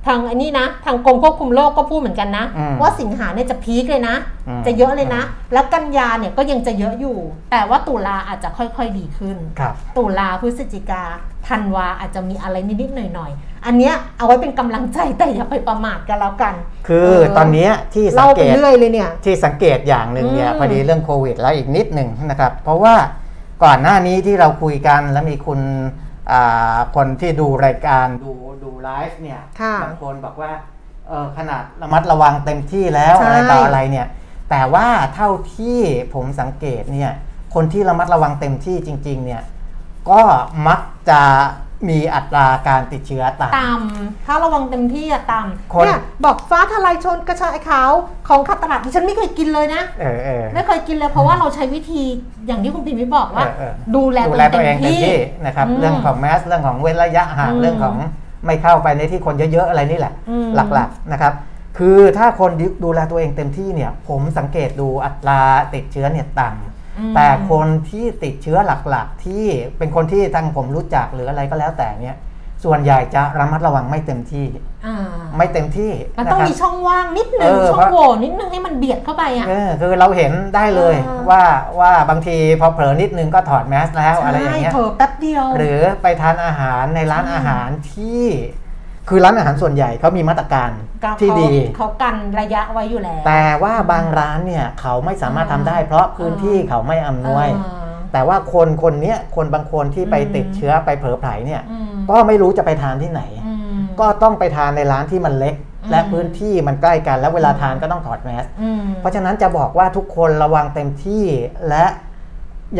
ทางอันนี้นะ ทางกรมควบคุมโรคก็พูดเหมือนกันนะ
อืม
ว่าสิงหาเนี่ยจะพีคเลยนะ
อืม
จะเยอะเลยนะ แล้วกันยาเนี่ยก็ยังจะเยอะอยู่ แต่ว่าตุลาอาจจะค่อยๆดีขึ้น
ครับ
ตุลาพฤศจิกาธันวาอาจจะมีอะไรนิดๆหน่อยๆอันเนี้ยเอาไว้เป็นกำลังใจแต่อย่าไปประมาทกันแล้วกัน
คือตอนเนี้ยที่สั
เล่าง ไป
เกต
เรื่อยเลยเนี่ย
ที่สังเกตอย่างหนึ่งเนี่ย
อืม
พอดีเรื่องโควิดแล้วอีกนิดหนึ่งนะครับ เพราะว่าก่อนหน้านี้ที่เราคุยกันแล้วมีคุณอ่าคนที่ดูรายการดูดูไลฟ์เนี่ย
ค่ะ
บางคนบอกว่าเออขนาดระมัดระวังเต็มที่แล้ว
ใช่
อะไรต่ออะไรเนี่ย แต่ว่าเท่าที่ผมสังเกตเนี่ยคนที่ระมัดระวังเต็มที่จริง ๆ เนี่ยก็มักจะมีอัตราการติดเชื้อต่ำ
ต่ำถ้าระวังเต็มที่อะต่
ค
ำ
น
เนี่ยบอกฟ้าทลายโชนกระชายขาวของขัดตลาดดิฉันไม่เคยกินเลยนะ
เออเออ
ไม่เคยกินเลยเพราะว่าเราใช้วิธีอย่างที่คุณพิมพ์บอกว่า
เออเออ
ดูแล
ดู
ตัว
แล
เอง
ตัวเอง
เต็ม
เต็ม
ที่
ที่นะครับ
อืม
เรื่องของแมสเรื่องของเว้นระยะห่าง
อืม
เรื่องของไม่เข้าไปในที่คนเยอะๆอะไรนี่แหละ
อืม
หลักๆนะครับ คือถ้าคนดูดูแลตัวเองเต็มที่เนี่ย ผมสังเกตดูอัตราติดเชื้อเนี่ยต่
อืม
ำแต่คนที่ติดเชื้อหลักๆ ที่เป็นคนที่ทางผมรู้จักหรืออะไรก็แล้วแต่เนี่ย ส่วนใหญ่จะระมัดระวังไม่เต็มที่
อ่า
ไม่เต็มที่
มัน
นะ
ต้อง
ครับ
มีช่องว่างนิดนึง
เออ
ช่องโหว่นิดนึงให้มันเบียดเข้าไปอ่ะ
เออคือเราเห็นได้เลย
อ่า
ว่าว่าบางทีพอเผลอนิดนึงก็ถอดแมสแล้วอะไรอย่างเงี้ย
เถอะแป๊บเดียว
หรือไปทานอาหารในร้าน
ใช่
อาหารที่ คือร้านอาหารส่วนใหญ่เขามีมาตรการ
ก็
ที่ดี
เขากันระยะไว้อยู่แล้ว
แต่ว่าบางร้านเนี่ยเขาไม่สามารถทำได้ เพราะพื้นที่เขาไม่อำนวย
อ่า
แต่ว่าคนคนเนี้ยคนบางคนที่ไป
อืม
ติดเชื้อไปเผลอไผลเนี่ย
อืม
ก็ไม่รู้จะไปทานที่ไหน
อืม
ก็ต้องไปทานในร้านที่มันเล็ก
อืม
และพื้นที่มันใกล้กันแล้วเวลาทานก็ต้องถอดแมส
อืม
เพราะฉะนั้นจะบอกว่าทุกคนระวังเต็มที่และ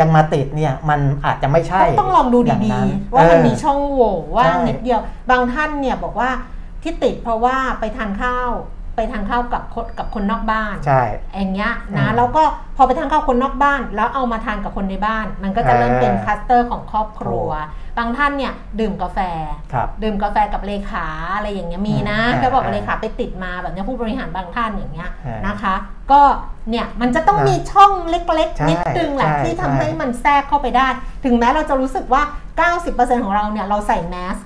ยังมาติดเนี่ยมันอาจจะไม่ใช่
ต้องต้องลองดู
ย่า
ดี
นั้น
ๆ ว่ามัน
เออ
มีช่องโหว่ว่าง
ใช่
นิดเดียว บางท่านเนี่ยบอกว่าที่ติดเพราะว่าไปทานข้าว ไปทานข้าวกับคนกับคนนอกบ้าน
ใช่
อย่างเงี้ยนะ
อืม
แล้วก็พอไปทานข้าวคนนอกบ้าน แล้วเอามาทานกับคนในบ้าน มันก็จะเริ่มเป็น
เออ
คลัสเตอร์ของครอบครัว บางท่านเนี่ยดื่มกาแฟ
ครับ
ดื่มกาแฟกับเลขาอะไรอย่างเงี้ยมีนะ
อืม
ก็บอกว่า
อ่า
เลขาไปติดมาแบบเนี้ยผู้บริหารบางท่านอย่างเงี้ย
อ่าน
นะคะ ก็เนี่ยมันจะต้อง
นะ
มีช่องเล็ก
ใช่
ๆ นิดนึงแหละ
ใช่
ที่ทำ
ใช่
ให้มันแทรกเข้าไปได้ ถึงแม้เราจะรู้สึกว่า 90%ของเราเนี่ยเราใส่แมส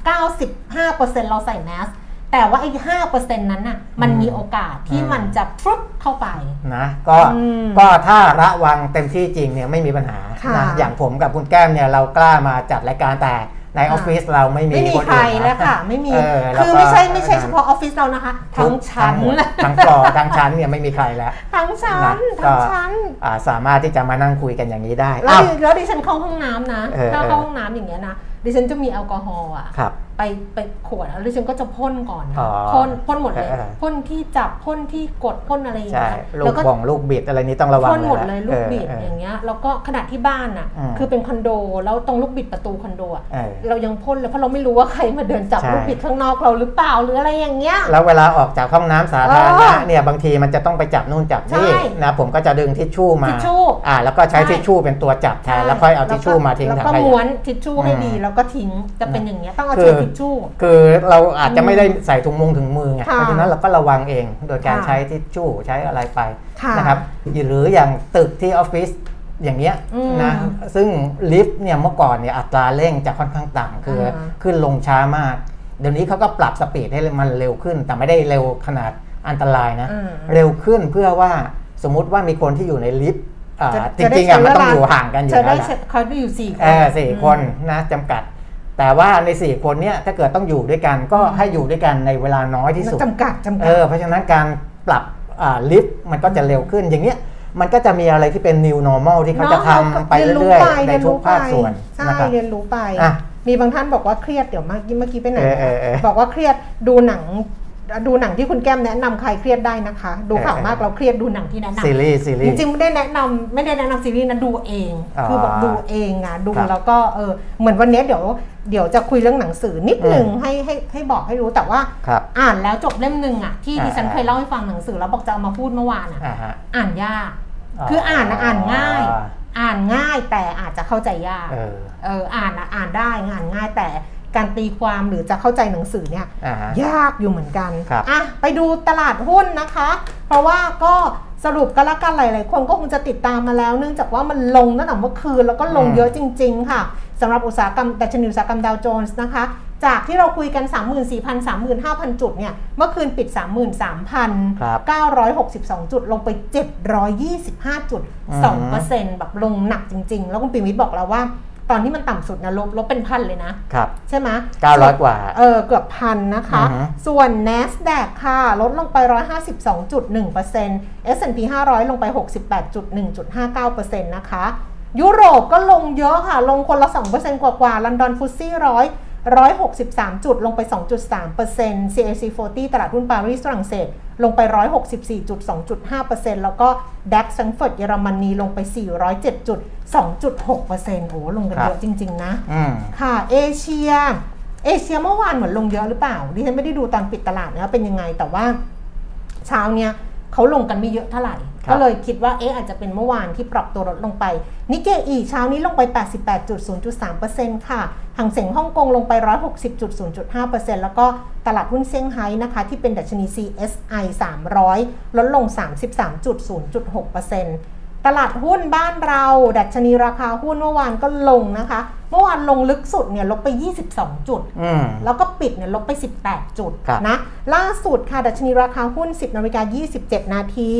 95%เราใส่แมส แต่ว่าไอ้5%นั้นน่ะมันมีโอกาสที่มันจะฟรุบเข้าไป
นะก็
อืม
ก็ถ้าระวังเต็มที่จริงเนี่ยไม่มีปัญหา
ค่ะ
นะอย่างผมกับคุณแก้มเนี่ยเรากล้ามาจัดรายการแต่ในอ
ค่ะ
อฟฟิศเราไม่มี
ไม่มี
น
ใคร
อื่นน
แล้วค่ะไม่มี
เออแล้วก็
คือไม่ใช่ไม่ใช่เฉพาะออฟฟิศเรานะคะทั้งชั้น
หมดทั้
*laughs*
งฟลอร์ทั้งชั้นเนี่ยไม่มีใครแล้ว
ทั้งชั้น
นะ
ทั้ง
ก็
ชั้น
อ่าสามารถที่จะมานั่งคุยกันอย่างนี้ได้
แล้
อ้าว ว
ดิแล้วดิฉันเข้าห้องน้ำนะ
เออ
ถ้าเข้าห้องน้ำอย่างเงี้ยนะ ดิฉันจะมีแอลกอฮอล์อะ
ครับ
ไปไปขวดแล้วดิฉันก็จะพ่นก่อนนะ
อ๋อ
พ่นพ่นหมดเลย
เออเออ
พ่นที่จับพ่นที่กดพ่นอะไรอย่าง
ใช่
เงี้ย
ลู
แล้
ก
วก็
บ่องลูกบิดอะไรนี้ต้องระวัง
พ่นหมดเลย
นะ
ลูกบิด
เออ
อย่างเงี้ยแล้วก็ขนาดที่บ้านอะ
อืม
คือเป็นคอนโดแล้วตรงลูกบิดประตูคอนโดอะ
เออ
เรายังพ่นเลยเพราะเราไม่รู้ว่าใครมาเดินจับ
ใช่
ลูกบิดข้างนอกเราหรือเปล่าหรืออะไรอย่างเงี้ย
แล้วเวลาออกจากห้องน้ำสาธาร
เอ
ณะ
อ
เนี่ยบางทีมันจะต้องไปจับนู่นจับนี่
ใช่
นะผมก็จะดึงทิชชู่มา
ทิชชู่
อ่าแล้วก็ใช้
ใช่
ทิชชู่เป็นตัวจับแทนแล้วค่อยเอาทิชชู่มาทิ้ง
แล้ว
ถัง
ก็ม้วย
ขะ
นทิชชู่ให้ดี
อืม
แล้วก็ทิ้งจะเป็นอย่างเงี้ยต้องเอา
คือ
เช็ดทิชชู่
คือเราอาจจะไม่ได้ใส่ถุงมือถึงมือไง
ค่ะ
เพราะฉะนั้นเราก็ระวังเองโดยการ
ค่ะ
ใช้ทิชชู่ใช้อะไรไป
ค่ะ
นะครับหรืออย่างตึกที่ออฟฟิศอย่างเงี้ย
อืม
นะซึ่งลิฟต์เนี่ยเมื่อก่อนเนี่ยอัตราเร่งจะค่อนข้างต่ำคืออา ขึ้นลงช้ามาก เดี๋ยวนี้เขาก็ปรับสปีดให้มันเร็วขึ้น แต่ไม่ได้เร็วขนาดอันตรายนะ
อืม
เร็วขึ้นเพื่อว่าสมมุติว่ามีคนที่อยู่ในลิฟต์อ่า
จะ
จ
จะได้
ริงๆอ่ะ
ใช้
มันต้อง
เวลา
อยู่ห่างกันอยู่
จะ
แล้ว
ได้
ล่ะ
เช็ดเขาอยู่สี่คน
เออสี่คนนะจำกัด แต่ว่าใน 4 คนเนี่ยถ้าเกิดต้องอยู่ด้วยกันก็ให้อยู่ด้วยกันในเวลาน้อยที่สุด
จำกัดจำ
เอ
กัด
อเพราะฉะนั้นการปรับอ่าลิฟต์มันก็จะเร็วขึ้นอย่างเงี้ยมันก็จะมีอะไรที่เป็น new normal ที่เขาจะทำไปเรื่อยๆในทุกภาคส่วน
ใช่
นะครับ
เรียนรู้ไป
อ่ะ
มีบางท่านบอกว่าเครียดเดี๋ยวเมื่อกี้เมื่อกี้ไปไหน
เออเออเออ
บอกว่าเครียดดูหนัง ดูหนังที่คุณแก้มแนะนำใครเครียดได้นะคะ ดูข่าวมากเราเครียดดูหนังที่แนะนำ
ซีรีส์ซีรี
จ
ส์
ริงๆไม่ได้แนะนำไม่ได้แนะนำซีรีส์นะดูเอง
อ่า
คือแบบดูเองอ่ะดู
ครับ
แล้วก็เออเหมือนวันเนี้ยเดี๋ยวเดี๋ยวจะคุยเรื่องหนังสือนิดนึงให้ให้ให้บอกให้รู้แต่ว่า
ครับ
อ่านแล้วจบเล่มหนึ่งอ่ะที่
อ่า
ดิฉันเคยเล่าให้ฟังหนังสือแล้วบอกจะเอามาพูดเมื่อวานอ่ะ
อ่าฮะ
อ่านยาก คืออ่านนะอ่านง่าย อ่านง่ายแต่อาจจะเข้าใจยาก
เออ
เอออ่านนะอ่านได้งานง่ายแต่การตีความหรือจะเข้าใจหนังสือเนี่ย
อ่าฮะ
ยากอยู่เหมือนกัน
ครับ
อ่ะ ไปดูตลาดหุ้นนะคะ เพราะว่าก็สรุปกันละกันหลาย ๆ คนก็คงจะติดตามมาแล้ว เนื่องจากว่ามันลงตั้งแต่เมื่อคืน แล้วก็ลง
อืม
เยอะจริง ๆ ค่ะสำหรับอุตสาหกรรมดัชนีอุตสาหกรรมดาวโจนส์นะคะ จากที่เราคุยกัน 34,000 35,000 จุดเนี่ย เมื่อคืนปิด
ครับ
33,962 จุด ลงไป 725 จุด 2%แบบลงหนักจริง ๆ แล้วคุณปิยมิตรบอกเราว่า ตอนที่มันต่ำสุดนะลบลบเป็นพันเลยนะ
ครับ
ใช่ไหม
900 กว่า
เออเกือบพันนะคะ
อือฮึ
ส่วน NASDAQ ค่ะ ลดลงไป 152.1% S&P 500 ลงไป 68.1.59%นะคะ ยุโรปก็ลงเยอะค่ะ ลงคนละ 2%กว่ากว่าลอนดอนฟุตซี่ร้อย163 จุดลงไป 2.3% CAC 40 ตลาดหุ้นปารีสฝรั่งเศส ลงไป 164.2.5%แล้วก็ DAX แฟรงก์เฟิร์ตเยอรมนีลงไป 407.2.6%โอ้โหลงกัน
ครับ
เยอะจริง ๆ นะ
อืม
ค่ะเอเชีย เอเชียเมื่อวานเหมือนลงเยอะหรือเปล่าดิฉันไม่ได้ดูตอนปิดตลาดนะเป็นยังไงแต่ว่า เช้าเนี่ยเขาลงกันไม่เยอะเท่าไหร่
ครับ
ก็เลยคิดว่าเอ๊ะอาจจะเป็นเมื่อวานที่ปรับตัวลดลงไปนิเกอีเช้านี้ลงไป 88.0.3%ค่ะหางเสงฮ่องกงลงไป 160.0.5%แล้วก็ตลาดหุ้นเซี่ยงไฮ้นะคะ ที่เป็นดัชนี CSI 300 ลดลง 33.0.6% ตลาดหุ้นบ้านเรา ดัชนีราคาหุ้นเมื่อวานก็ลงนะคะ เมื่อวานลงลึกสุดเนี่ยลบไป 22 จุด
อืม
แล้วก็ปิดเนี่ยลบไป 18 จุด
ครับ
นะ ล่าสุดค่ะ ดัชนีราคาหุ้น 10นาฬิกา27 นาที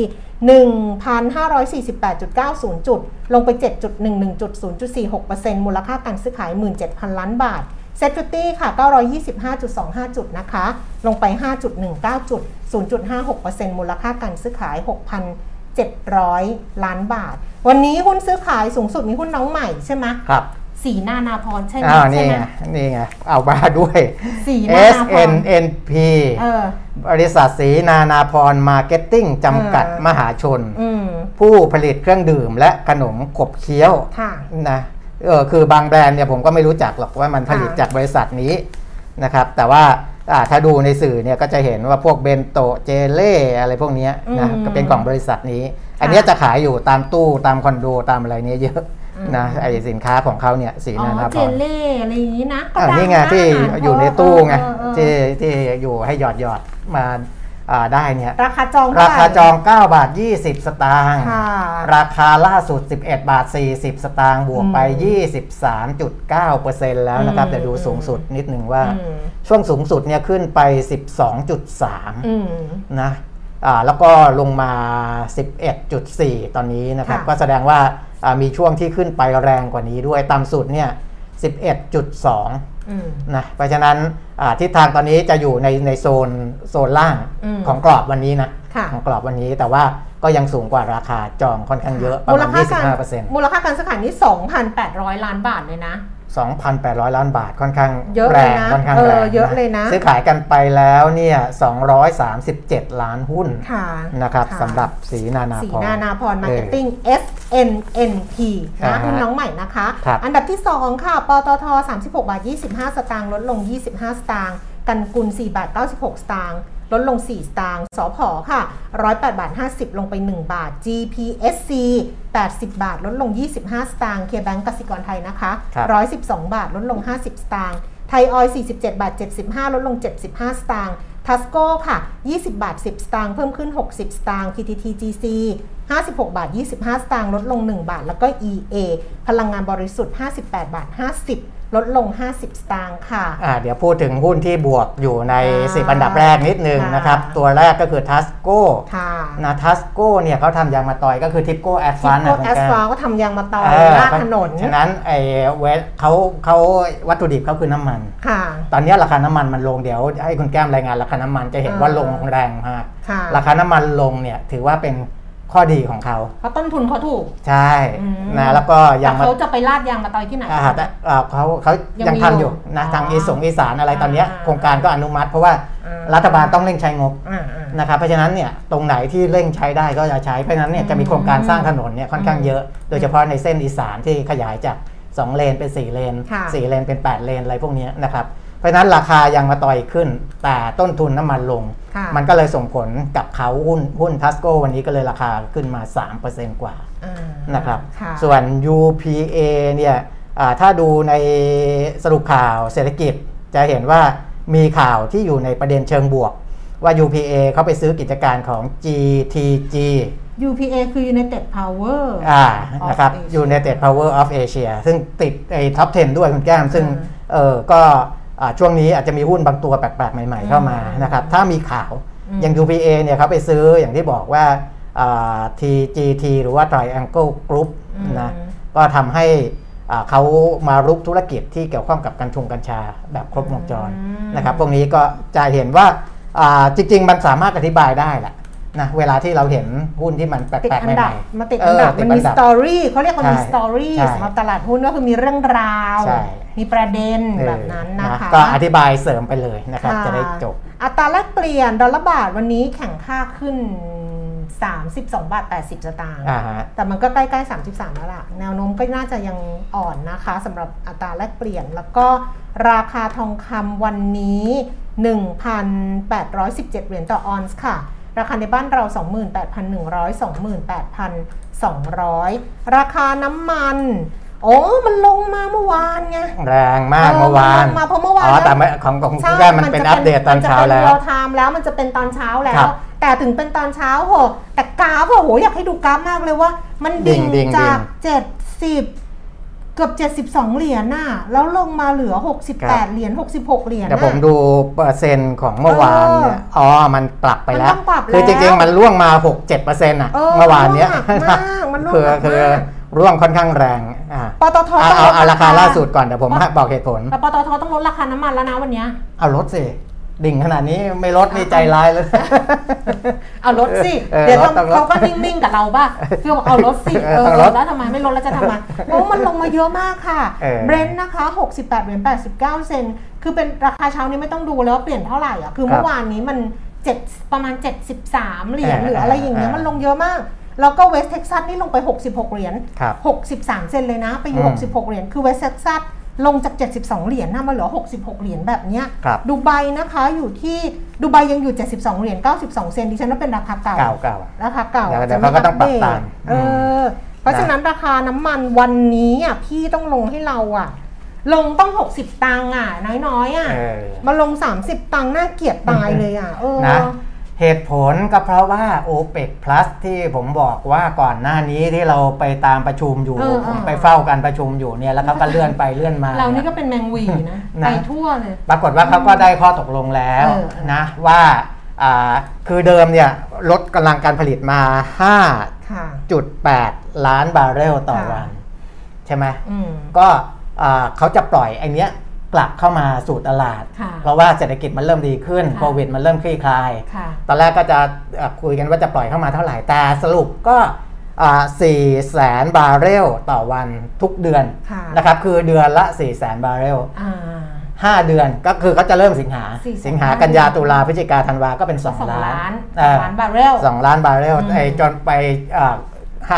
1,548.90 จุด ลงไป 7.11จุด0.46%มูลค่าการซื้อขาย 17,000 ล้านบาทเซ็ตฟิตี้ค่ะ 925.25 จุดนะคะ ลงไป 5.19จุด0.56%มูลค่าการซื้อขาย 6,700 ล้านบาท วันนี้หุ้นซื้อขายสูงสุดมีหุ้นน้องใหม่ใช่ไหม
ครับ
สีหน้านาพรใช่ไหม
อ้าว
ใช่
นี่
ไหม
ไงนี่ไงเอามาด้วย
สีหน้านาพร
SNNP
เออ
บริษัทสีนานาพรมาร์เก็ตติ้งจำกัด
เออ
มหาชน
อืม
ผู้ผลิตเครื่องดื่มและขนมขบเคี้ยว
ค่ะ
นะเออคือบางแบรนด์เนี่ยผมก็ไม่รู้จักหรอกว่ามันผลิต
ค่ะ
จากบริษัทนี้นะครับแต่ว่าอ่าถ้าดูในสื่อเนี่ยก็จะเห็นว่าพวกเบนโตะเจเล่อะไรพวกเนี้ยนะ
อืม
ก็เป็นของบริษัทนี้ อันเนี้ยจะขายอยู่ตามตู้ตามคอนโดตามอะไรเนี้ยเยอะ
อืม
นะไอสินค้าของเขาเนี่ยสี
อ๋อ
นานาพ
เจ
ร
ลเล่อะไรอย่างนี้นะก็
อ่า
ดั
นี่ไง
ะ
ที่
า
อยู่ในตู้ไง
เออเออเออ
ที่ที่อยู่ให้หยอดหยอดๆมาอ่าได้เนี่ย
ราคาจอง
ราคาจอง
เท่ไห
9 บาท 20 สตางค์
ร่ค่ะ
ราคาล่าสุด 11 บาท 40 สตางค์ บวกไป
อื
23.9%แล้วนะครับ
อืม
แต่ดูสูงสุดนิดหนึ่งว่า
อืม
ช่วงสูงสุดเนี่ยขึ้นไป
อื
12.3
ม
นะอ่าแล้วก็ลงมา 11.4 ตอนนี้นะครับ
ค่ะ
ก็แสดงว่าอ่ามีช่วงที่ขึ้นไปแรงกว่านี้ด้วย ต่ำสุดเนี่ย 11.2
อืม
นะเพราะฉะนั้นอ่าทิศทางตอนนี้จะอยู่ในในโซนโซนล่าง
อืม
ของกรอบวันนี้นะ
ค่ะ
ของกรอบวันนี้แต่ว่าก็ยังสูงกว่าราคาจองค่อนข้างเยอะป
มู
ระ
ล
มาณ
ค่าการ
25เปอร์เซ็นต์
มูลค่าการซื้อขายนี่ 2,800 ล้านบาทเลยนะ
2,800 ล้านบาทค่อนข้าง
เยอะ
แร
เลย
ง
นะ
ค่อนข้าง
เออ
แรง
เยอะเลยนะ
ซื้อขายกันไปแล้วเนี่ย237 ล้านหุ้น
ค่ะ
นะครับ
ค่ะ
สำหรับสีนานา
สี
พร
นานาพรมาร์เก็ตติ้ง SNNP
อ่า
นะ
ฮะ
หุ้นน้องใหม่นะคะ
ครับ
อันดับที่ 2 ค่ะ ปตท 36 บาท 25 สตางค์ลดลง 25 สตางค์กันกุล 4 บาท 96 สตางค์ลดลง 4 สตางค์สพค่ะ 108 บาท 50 ลงไป 1 บาท GPSC 80 บาท ลดลง 25 สตางค์เคแบงก์กสิกรไทยนะคะ
ครับ
112 บาท ลดลง 50 สตางค์ ไทยออยล์47 บาท 75 ลดลง 75 สตางค์ ทัสโก้ค่ะ 20 บาท 10 สตางค์ เพิ่มขึ้น 60 สตางค์ PTTGC 56 บาท 25 สตางค์ ลดลง 1 บาท แล้วก็ EA พลังงานบริสุทธิ์ 58 บาท 50 ลดลง 50 สตางค์ค่ะ
อ่าเดี๋ยวพูดถึงหุ้นที่บวกอยู่ใน
อ่า
10 อันดับแรกนิดนึง
ค่ะ
นะครับ ตัวแรกก็คือทัสโก
ค่ะ
นาทัสโก้เนี่ยเขาทำยางมาตอยก็คือทิปโก้แอด
ทิ
ฟา
ป
น
โก้แอสฟาก็ทำยางมาตอยลากถนน
ฉะนั้นไอ้เวทเขาเขาวัตถุดิบเขาคือน้ำมัน
ค่ะ
ตอนเนี้ยราคาน้ำมันมันลงเดี๋ยวให้คุณแก้มรายงานราคาน้ำมันจะเห็นว่า
อ่า
ลงแรงมาก
ค่ะ
ราคาน้ำมันลงเนี่ยถือว่าเป็น ข้อดีของเขา
เพราะต้นทุนเขาถูก
ใช่
อืม
นะแล้วก็ยั
แต่
งมา
เขาจะไปลาดยางมาต่อยที่ไหน
อ่าแต่อ่าเขาเขา
ยั
ยัง ง
มี
ทำอ
อ
ยู่
ยู่
นะ
อ๋อ
ทางอีสงอีสานอะไรตอนเนี้ย
อ่า
โครงการก็อนุมัติ เพราะว่า
อ่
รัฐบาลต้องเร่งใช้งบ
อ่าอ่า
นะครับเพราะฉะนั้นเนี่ยตรงไหนที่เร่งใช้ได้ก็จะใช้เพราะฉะนั้นเนี่ยจะมีโครงการสร้างถนนเนี่ยค่อนข้างเยอะ โดยเฉพาะในเส้นอีสานที่ขยายจาก 2 เลนเป็น 4 เลน
ค่ะ
4 เลนเป็น 8 เลนอะไรพวกเนี้ยนะครับเพราะฉะนั้นราคายางมาต่อยขึ้น แต่ต้นทุนน้ำมันลง
ค่ะ
มันก็เลยส่งผลกับเขาหุ้นหุ้นทัสโกวันนี้ก็เลยราคาขึ้นมา 3%กว่า
อ่า
นะครับ
ค่ะ
ส่วน UPA เนี่ยอ่าถ้าดูในสรุปข่าวเศรษฐกิจ จะเห็นว่ามีข่าวที่อยู่ในประเด็นเชิงบวก ว่า UPA เขาไปซื้อกิจการของ GTG
UPA คือ United Power
อ่านะครับ
Asia
United Power of Asia ซึ่งติดไอ้ท็อป 10 ด้วยคุณแก้ม ซึ่ง
อืม
เออก็อ่าช่วงนี้อาจจะมีหุ้นบางตัวแปลกๆ ใหม่ ๆ เข้ามา
อืม
นะครับ ถ้ามีข่าว
อืม
อย่าง UPA เนี่ยเขาไปซื้ออย่างที่บอกว่าอ่า TGT หรือว่า Triangle Group นะ ก็ทำให้อ่าเขามารุกธุรกิจที่เกี่ยวข้องกับกัญชงกัญชาแบบครบวงจร
อืม
นะครับพวกนี้ก็จะเห็นว่าอ่าจริง ๆ มันสามารถอธิบายได้แหละนะเวลาที่เราเห็นหุ้นที่มันแป
ติด
ลก
อั
ๆ
น
ให
ดับ
ม่
มาติดอันดับ
เ
มันมีสตอรี่เขาเรียกว่ามี
ใช่
สตอรี่
ใช่
สำหรับตลาดหุ้นก็คือมีเรื่องราว
ใช่
มีประเด็น
เออ
แบบนั้นนะคะ
ก็อธิบายเสริมไปเลยนะครับ
ค่ะ
จะได้จบ
อัตราแลกเปลี่ยนดอลลาร์บาทวันนี้แข่งค่าขึ้น 32บาท80 สตางค์
อ่าฮะ
แต่มันก็ใกล้ๆ 33 แล้วล่ะ แนวโน้มก็น่าจะยังอ่อนนะคะสำหรับอัตราแลกเปลี่ยน แล้วก็ราคาทองคำวันนี้ 1,817 เหรียญต่อออนซ์ค่ะ ราคาในบ้านเรา 28,100 28,200 ราคาน้ำมัน โอ้ มันลงมาเมื่อวานไง
แรงมาก
เออ
เมื่อวาน
ลงมาเพราะเมื่อวาน
อ๋อ
นะ
แต่ไม่ของของคุณแก้มมันเป็นอัปเดตตอนเช้าแล้ว
เราทำแล้วมันจะเป็นตอนเช้าแล้
ครั
ว
บ
แต่ถึงเป็นตอนเช้าโหแต่กราฟอะโหอยากให้ดูกราฟมากเลยว่า มันดิ่ง
ดิ่งดิ่ง
จาก
ดิ่
70 เกือบ72 เหรียญน่ะแล้วลงมาเหลือ
ครับ
68 เหรียญ66 เหรียญ
เดี๋ยวผม
น่ะ
ดูเปอร์เซ็นต์ของเมื่อวานเนี่ยอ๋อ มันปรับไปแล้
มันต้
ว
องปรับแล้ว
คือจริงๆ มันร่วงมา 6 7เปอร์เซ็นต์อ่ะ
เออ
เมื่อวานเนี้ย
มันร่วงหนักมากมันร่วง
คื
ห
อ
นักมาก
คือร่วงค่อนข้างแรงอ่ะ
ปตท
เอา
ต้องลด
เอาเอาราคาล่าสุดก่อนเดี๋ยวผมบอกเหตุผล
แต่ปตทต้องลดราคาน้ำมันแล้วนะวันเนี้ย
เอาลดสิ ดิ่งขนาดนี้ไม่ลดนี่ใจร้ายเลย
เอาลดสิ
เออ
เดี๋ยว
ลดต้องลด
เขาก็นิ่งๆกับเราป่ะคือบอกเอาลดสิ
เอ
เอ
อ
อ
ต้องลด
แล้วทำไมไม่ลดแล้วจะทำไมเพราะมันลงมาเยอะมากค่ะ
เออ
เบรน นะคะ 68เหรียญ89 เซนต์คือเป็นราคาเช้านี้ไม่ต้องดูแล้วว่าเปลี่ยนเท่าไหร่อ่ะ คือ
ครับ
เมื่อวานนี้มันเจ็ดประมาณ 73 เหรียญ
เออ
หรืออะไรอย่างเงี้ย
เออ
มันลงเยอะมาก แล้วก็เวสเท็กซัสนี่ลงไป 66 เหรียญ
ครับ
63 เซนต์เลยนะ ไปอยู่
อืม
66 เหรียญ คือเวสเท็กซัสลงจาก 72 เหรียญนะมาเหลือ 66 เหรียญแบบเนี้ย
ครับ
ดูไบนะคะอยู่ที่ดูไบยังอยู่ 72 เหรียญ 92 เซนต์ดิฉันว่าเป็นราคาเก่า
เก่าเก่า
ราคาเก่า
เดี๋ยว
อาจ
เดี๋
จะ
ยวเขาก็ต้องปรับตาม
เออ เพราะฉะนั้นราคาน้ำมันวันนี้อ่ะพี่ต้องลงให้เราอ่ะ ลงต้อง 60 ตังค์อ่ะ น้อยๆอ่ะ
เออ
มาลง 30 ตังค์น่าเกลียดตายเลยอ่ะ เออ
นะเหตุผลก็เพราะว่า o p e c Plus ที่ผมบอกว่าก่อนหน้านี้ที่เราไปตามประชุมอยู่
เออเออ
ผมไปเฝ้าการประชุมอยู่เนี่ยแล้วเขาก็เลื่อนไปเลื่อนมา
เรานี่ก็เป็นแมงหวีนะ
นะ
ไปทั่วเลย
ปรากฏว่าเขาก็ได้ข้อตกลงแล้ว
เออเออ
นะว่าอ่าคือเดิมเนี่ยลดกำลังการผลิตมา
ค่ะ
5.8 ล้านบาร์เรลต่อ
ค่ะ
วัน ใช่ไหม
อืม
ก็อ่าเขาจะปล่อยไอเนี้ยกลับเข้ามาสู่ตลาด
ค่ะ
เพราะว่าเศรษฐกิจมันเริ่มดีขึ้น
ค่ะ
โควิดมันเริ่มคลี่คลาย
ค่ะ
ตอนแรกก็จะเอ่อคุยกันว่าจะปล่อยเข้ามาเท่าไหร่ แต่สรุปก็4แสนบาร์เรลต่อวันทุกเดือน
ค่ะ
นะครับคือเดือนละ4แสนบาร์เรล
อ่า
5 เดือนก็คือเขาจะเริ่มสิงหา
400,000
สิงหากันยาตุลาพฤศจิกาธันวาก็เป็น
สอง
2 ล้า
ล้าน น
เอ
สอง
อ
ล้านบาร์เรล
สองล้านบาร์เรล
อืม
ไอ้จนไปเอ่อ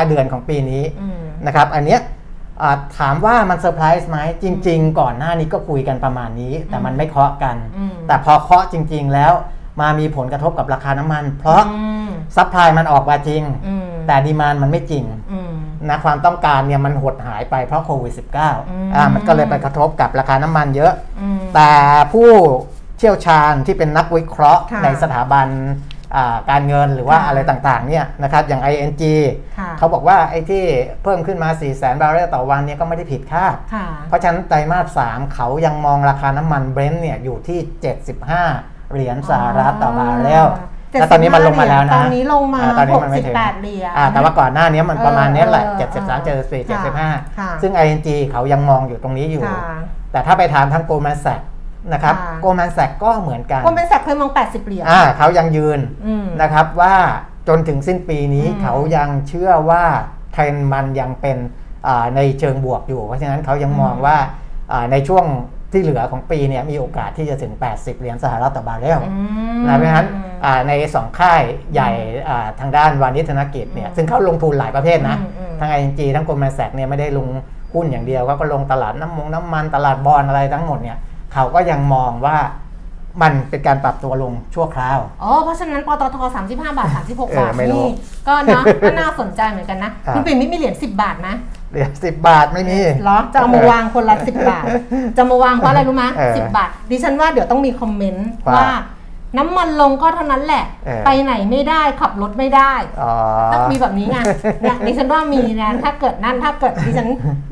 5เดือนของปีนี้
อืม
นะครับอันเนี้ยอ่าถามว่ามันเซอร์ไพรส์ไหมจริง ๆ ก่อนหน้านี้ก็คุยกันประมาณนี้ แต่มันไม่เคาะกัน
อืม
แต่พอเคาะจริง ๆ แล้วมามีผลกระทบกับราคาน้ำมัน เพราะ
อืม
ซัพพลายมันออกมาจริง
อืม
แต่ดีมานมันไม่จริง
อืม
นะความต้องการเนี่ยมันหดหายไปเพราะโควิด -19
ม
อ่ามันก็เลยไปกระทบกับราคาน้ำมันเยอะ
อืม
แต่ผู้เชี่ยวชาญที่เป็นนักวิเคราะห์
ค่ะ
ในสถาบันอ่าการเงินหรือว่า
ค่ะ
อะไรต่างๆเนี่ยนะครับอย่าง ING
ค่ะ
เขาบอกว่าไอ้ที่เพิ่มขึ้นมา 4 0 0 0 0 0 บาร์เรลต่อวันเนี่ยก็ไม่ได้ผิดคาด
ค่ะ
เพราะฉะนั้นไตรมาส 3 เขายังมองราคาน้ำมันเบรนท์เนี่ยอยู่ที่ 75 เหรียญสหรัฐต่อบาร์เรล
75
แล้วตอนนี้มันลงมาแล้วนะ
ตอนนี้ลงมา
เออตอนนี้มันไม่ถึง
68เหรียญ
อ่าแต่ว่าก่อนหน้านี้มันประมาณเนี้ยแหละ
เออเออ
73 74
ค่ะ
75 ซึ่ง ING เขายังมองอยู่ตรงนี้อยู่
ค่ะ
แต่ถ้าไปถามทางโกลแมนแซกนะครับ
ค่ะ
โกลแมนแซกก็เหมือนกัน
คนเป็นแสกเคยมอง 80 เหรียญ
อ่าเขายังยืน
อืม
นะครับว่า จนถึงสิ้นปีนี้
อืม
เขายังเชื่อว่าเทรนด์มันยังเป็นอ่าในเชิงบวกอยู่ เพราะฉะนั้นเขายังมอง
อืม
ว่าอ่าในช่วงที่เหลือของปีเนี่ยมีโอกาสที่จะถึง 80 เหรียญสหรัฐต่อบาร์เรล
อืม
นะเพราะฉะนั้นอ่าในสองค่ายใหญ่อ่าทางด้านวานิชธนกิจเนี่ย
อืม
ซึ่งเขาลงทุนหลายประเภทนะ
อืมอืม
ทั้งไอเอ็นจีทั้งกลมแมแสกเนี่ยไม่ได้ลงหุ้นอย่างเดียวเขาก็ลงตลาดน้ำมงน้ำมันตลาดบอลอะไรทั้งหมดเนี่ยเขาก็ยังมองว่ามันเป็นการปรับตัวลงชั่วคราว
อ๋อ เพราะฉะนั้นปตท35 บาท
เออบ
36าท
ไม่รู้
นี่ก็เนาะก็น่าสนใจเหมือนกันนะ
ครับ
คุณปิ่นไม่มีเหรียญ10 บาทนะ
เหรียญสิบบาทไม่มี
เหรอ จะเอามาวางคนละ 10 บาท จะมาวางเพราะอะไรรู้ไหม
เออ
สิบบาท ดิฉันว่าเดี๋ยวต้องมีคอมเมนต์
ว่า
ว่า น้ำมันลงก็เท่านั้นแหละ
เออ
ไปไหนไม่ได้ขับรถไม่ได้
อ๋อ
ต้องมีแบบนี้ไงเนี่ยดิฉันว่ามีนะ ถ้าเกิดนั่น ถ้าเกิดดิฉัน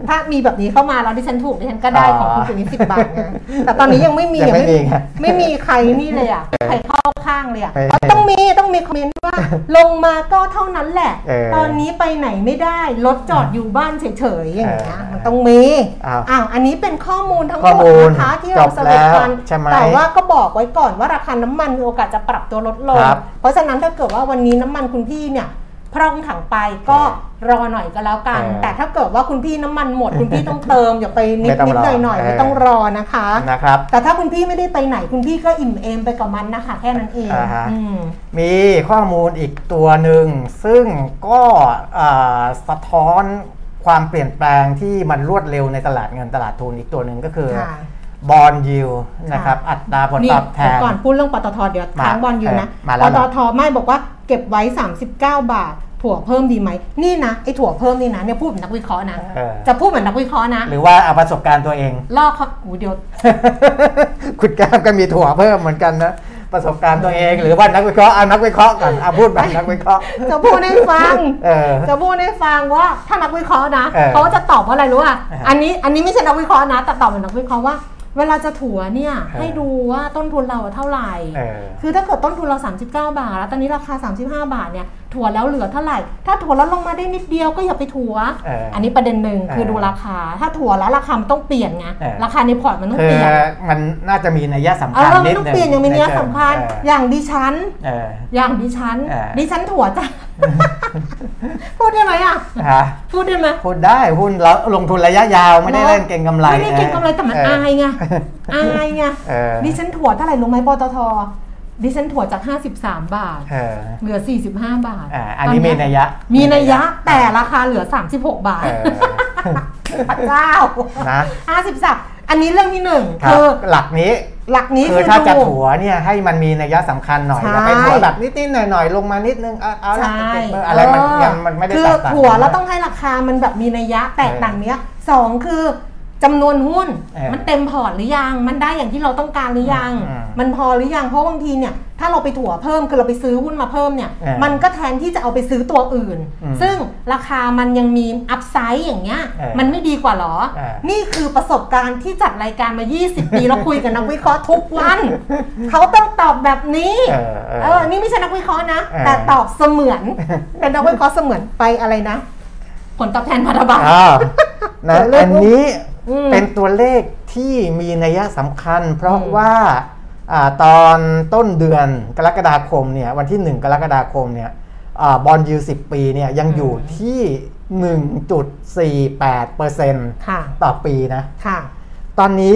ถ้ามีแบบนี้เข้ามาแล้วดิฉันถูกดิฉันก็ได้ของคุณสิ่งนี้สิบบาทนะแต่ตอนนี้ยังไม่มี
ยังไม่มีไง
ไม่มีใครนี่เลยอ่ะ ใครเข้าข้างเลยอ่ะ
ไม่
อ๋อต้องมี ต้องมีคอมเมนต์ว่า ลงมาก็เท่านั้นแหละ
เออ
ตอนนี้ไปไหนไม่ได้ รถจอดอยู่บ้านเฉยๆอย่างเงี้ย
เออ
มันต้องมี
อ้าว
วอันนี้เป็นข้อมูลทั้งห
ข้อ
มด
มูล
นะคะที่เราสรุปกัน
จบแล้วใช่ไหม
แต่ว่าก็บอกไว้ก่อนว่าราคาน้ำมันมีโอกาสจะปรับตัวลดลง
ครับ
เพราะฉะนั้นถ้าเกิดว่าวันนี้น้ำมันคุณพี่เนี่ย พร่องถังไปก็รอหน่อยก็แล้วกัน
เออ
แต่ถ้าเกิดว่าคุณพี่น้ำมันหมด คุณพี่ต้องเติม อย่าไปนิด
ไม่ต้อง
นิด
รอ
หน่อยหน่อย
เออ
ไม่ต้องรอนะคะ
นะครับ
แต่ถ้าคุณพี่ไม่ได้ไปไหนคุณพี่ก็อิ่มเอมไปกับมันนะคะ แค่นั้นเอง
อ่าฮะ
อืม
มีข้อมูลอีกตัวหนึ่ง ซึ่งก็อ่าสะท้อนความเปลี่ยนแปลงที่มันรวดเร็วในตลาดเงินตลาดทุนอีกตัวหนึ่งก็คือ
ค่ะ
บอลยิวนะครับอัตราผล
นี่
ตอบแทน
เดี๋ยวก่อนพูดเรื่องปตทเดี๋ยวค้าง
มา
บอลอยู่นะ
เออมา
ป
แล้ว
ตทไม่บอกว่าเก็บไว้ 39 บาท ถั่วเพิ่มดีไหมนี่นะไอ้ถั่วเพิ่มนี่นะเนี่ยพูดเหมือนนักวิเคราะห์นะ
เออ
จะพูดเหมือนนักวิเคราะห์นะ
หรือว่าเอาประสบการณ์ตัวเอง *laughs*
ลอกเขาอูเดี๋ยว
คุณแก้มก็มีถั่วเพิ่มเหมือนกันนะประสบการณ์ตัวเอง หรือว่านักวิเคราะห์เอานักวิเคราะห์ก่อนเอาพู
*laughs*
ดแบบนักวิเคราะห์
จะพูดให้ฟัง
เออ
*laughs* จะพูดให้ฟังว่าถ้านักวิเคราะห์นะ
เออ
เขาจะตอบว่าอะไรรู้ป่ะ
เอออั
อันนี้อันนี้ไม่ใช่นักวิเคราะห์นะแต่ตอบเหมือนนักวิเคราะห์ว่า เวลาจะถัวเนี่ย
เออ
ให้ดูว่าต้นทุนเราอะเท่าไหร่
เออ
คือถ้าเกิดต้นทุนเรา 39 บาท แล้วตอนนี้ราคา 35 บาทเนี่ยถั่วแล้วเหลือเท่าไหร่ ถ้าถั่วแล้วลงมาได้นิดเดียวก็อย่าไปถัว
เอออั
นนี้ประเด็นหนึ่งคือ
เออ
ดูราคา ถ้าถั่วแล้วราคามันต้องเปลี่ยนไง
เออ
ราคาในพอร์ตมันต้อง
คื
เป
อ
ลี่ยน
มันน่าจะมีนัยยะสำ
เอ
คัญ
อมั
นิ
น
ด
ต้อง
นึง
เปลี่ยนอย่างมีนัยสำคัญ
เออ
อย่างดิฉัน
เออ
อย่างดิฉัน
เออ
ดิฉันถั่ว
*laughs*
จ้ะ พูดได้ไหมอ่ะ
ฮะ
พูดได้ไหม
พูดได้หุ้นเราลงทุนระยะยาวไม่ได้เล่นเก่งกำไร
ไม่ได้เก่งกำไรแต่มัน
เ
อายไง อายไง
เออ
ดิฉันถั่วเท่าไหร่รู้ไหมปตท ดิฉันถั่วจาก 53 บาท
เออ
เหลือ 45 บาท
อ่าอันนี้มี
ต
นัยยะ
มีนัยยะ แต่ราคาเหลือ 36 บาท
เออ
พระเจ้า *laughs*
นะ
53 อันนี้เรื่องที่หนึ่ง
ครับ
คือ
หลักนี้
หลักนี้
คื
คือ อ
ถ้าจะ
ดู
ถัวเนี่ยให้มันมีนัยยะสำคัญหน่อย
ใช่
อย่าไปถัวแบบนิดๆหน่อยๆลงมานิดนึงเอาเอาละ
ใช่
เก็บเบอร์อะไรมัน
เ
ยังมันไม่ได้
คือ
แตกต่าง
ถั่วแล้วต้องให้ราคามันแบบมีนัยยะแตกต่างเนี้ยสองคือจำนวนหุ้น
เออ
มันเต็มพอร์ตหรือยัง มันได้อย่างที่เราต้องการหรือยัง
อืม
มันพอหรือยังเพราะบางทีเนี่ยถ้าเราไปถั่วเพิ่มคือเราไปซื้อหุ้นมาเพิ่มเนี่ย
เออ
มันก็แทนที่จะเอาไปซื้อตัวอื่น
อืม
ซึ่งราคามันยังมีอัพไซด์อย่างเงี้ย
เออ
มันไม่ดีกว่าหรอ
เออ
นี่คือประสบการณ์ที่จัดรายการมา 20 ปีแล้วคุยกับนักวิเคราะห์ทุกวันเขาต้องตอบแบบนี้
เออเออ
เออ นี่ไม่ใช่นักวิเคราะห์นะ
เออ
แต่ตอบเสมื
*laughs*
อน เป็นนักวิเคราะห์เสมือนไปอะไรนะ ผลตอบแทนพันธบัตร
อ้าวนะ
ตัวเลข
อันนี้
อืม
เป็นตัวเลขที่มีนัยสำคัญ เพราะ
อืม
ว่าอ่าตอนต้นเดือนกรกฎาคมเนี่ยวันที่ 1 กรกฎาคมเนี่ยบอลยู10 ปีเนี่ยยัง
อืม
อยู่ที่ 1.48%
ค่ะ
ต่อปีนะ
ค่ะ
ตอนนี้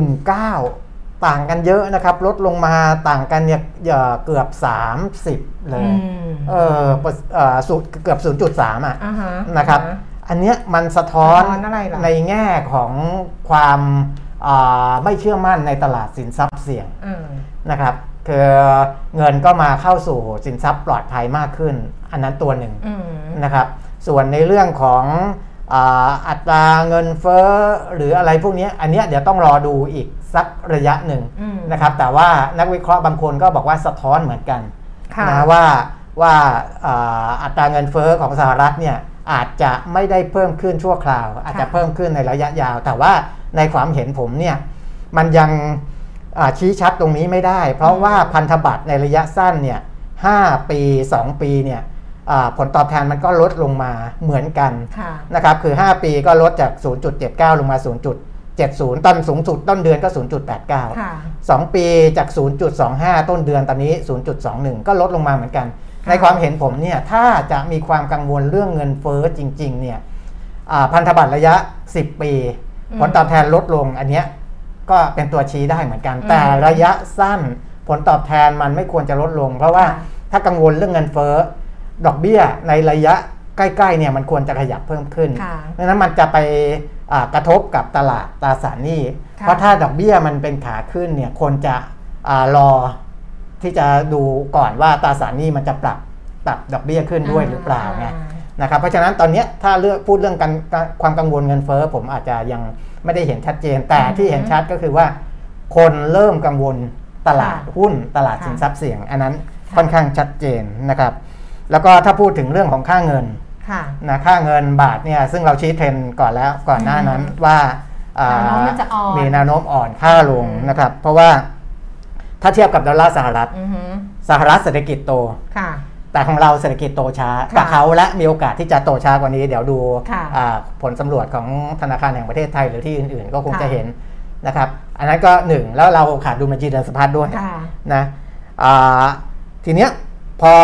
1.19 ต่างกันเยอะนะครับ ลดลงมาต่างกันเนี่ยเอ่อเกือบ 30 เล
อื
ย
ม
เออเปอร์เอ่อสูตรเกือบ 0.3 อ่ะ
อ่าฮะ
นะครับ อันเนี้ยมันสะท้อน
สะท้อนอะไรเหรอ
ในแง่ของความอ่าไม่เชื่อมั่นในตลาดสินทรัพย์เสี่ยง
อ่า
นะครับคือเงินก็มาเข้าสู่สินทรัพย์ปลอดภัยมากขึ้น อันนั้นตัวหนึ่ง
อืม
นะครับ ส่วนในเรื่องของอาอัตราเงินเฟ้อหรืออะไรพวกเนี้ยอันเนี้ยเดี๋ยวต้องรอดูอีกสักระยะหนึ่ง
อืม
นะครับ แต่ว่านักวิเคราะห์บางคนก็บอกว่าสะท้อนเหมือนกัน
ค่ะ
นะว่าว่าอ่าอัตราเงินเฟ้อของสหรัฐเนี่ยอาจจะไม่ได้เพิ่มขึ้นชั่วคราว อาจจะเพิ่มขึ้นในระยะยาว แต่ว่าในความเห็นผมเนี่ยมันยังอ่าชี้ชัดตรงนี้ไม่ได้ เพราะว่าพันธบัตรในระยะสั้นเนี่ยหปี 2 ปีเนี่ยอ่าผลตอบแทนมันก็ลดลงมาเหมือนกัน
ค่ะ
นะครับคือ 5 ปีก็ลดจาก 0.79 ลงมา 0.70 ต้นสูงสุดต้นเดือนก็
ค่ะ
0.89 2 ปีจาก 0.25 ต้นเดือนตอนนี้ 0.21 ก็ลดลงมาเหมือนกัน ในความเห็นผมเนี่ยถ้าจะมีความกังวลเรื่องเงินเฟ้อจริง ๆ เนี่ยอ่าพันธบัตรระยะ 10 ปี
อืม
ผลตอบแทนลดลงอันเนี้ยก็เป็นตัวชี้ได้เหมือนกัน
อืม
แต่ระยะสั้นผลตอบแทนมันไม่ควรจะลดลง เพราะว่าถ้ากังวลเรื่องเงินเฟ้อดอกเบี้ยในระยะใกล้ๆเนี่ยมันควรจะขยับเพิ่มขึ้น
ค่ะ
เพราะฉะนั้นมันจะไปอ่ากระทบกับตลาดตราสารหนี้
ค่ะ
เพราะถ้าดอกเบี้ยมันเป็นขาขึ้นเนี่ยคนจะอารอ ที่จะดูก่อนว่าตราสารหนี้มันจะปรับปรับดอกเบี้ยขึ้นด้วยหรือเปล่าไงนะครับเพราะฉะนั้นตอนเนี้ยถ้าเลือกพูดเรื่องการการความกังวลเงินเฟ้อผมอาจจะยังไม่ได้เห็นชัดเจน แต่
อืม
ที่เห็นชัดก็คือว่า คนเริ่มกังวลตลาด
ค่ะ
หุ้นตลาด
ค่ะ
สินทรัพย์เสี่ยง อันนั้น
ค่ะ
ค่อนข้างชัดเจนนะครับแล้วก็ถ้าพูดถึงเรื่องของค่าเงิน
ค่ะ
นะค่าเงินบาทเนี่ยซึ่งเราชี้เทรนด์ก่อนแล้วก่อนหน้านั้นว่าอ่า
แนวโน้มมันจะอ่อน
มีแนวโน้มอ่อนค่าลงนะครับ เพราะว่าถ้าเทียบกับดอลลาร์สหรัฐ
อือหือ
สหรัฐเศรษฐกิจโต
ค่ะ
แต่ของเราเศรษฐกิจโตช้า
ค่ะ
กว่าเขาและมีโอกาสที่จะโตช้ากว่านี้ เดี๋ยวดู
ค่ะ
อ่าผลสำรวจของธนาคารแห่งประเทศไทยหรือที่อื่นๆ ก็คง
ค่ะ
จะเห็นนะครับ อันนั้นก็หนึ่งแล้วเราขาดดุลบัญชีเดินสะพัดด้วย
ค่ะ
นะอ่าทีเนี้ยพอ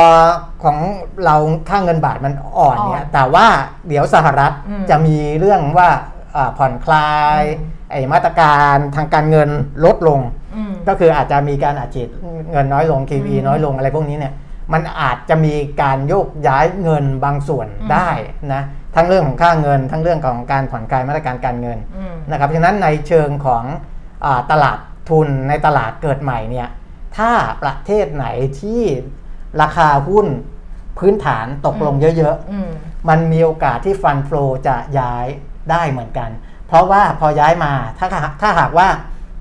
ของเราค่าเงินบาทมันอ่อนเนี่
อ่
ย
อน
แต่ว่าเดี๋ยวสหรัฐ
อืม
จะมีเรื่องว่าอ่าผ่อนคลาย
อืม
ไอมาตรการทางการเงินลดลง
อืม
ก็คืออาจจะมีการอัดฉีดเงินน้อยลง QE
อืม
น้อยลงอะไรพวกนี้เนี่ยมันอาจจะมีการโยกย้ายเงินบางส่วน
อืม
ได้นะทั้งเรื่องของค่าเงิน ทั้งเรื่องของการผ่อนคลายมาตรการการเงิน
อืม
นะครับฉะนั้นในเชิงของอาตลาดทุนในตลาดเกิดใหม่เนี่ยถ้าประเทศไหนที่ราคาหุ้นพื้นฐานตกลงเยอะ
อืม
ๆ มันมีโอกาสที่ฟัน l ฟลจะย้ายได้เหมือนกัน เพราะว่าพอย้ายมาถ้าหากถ้าหากว่า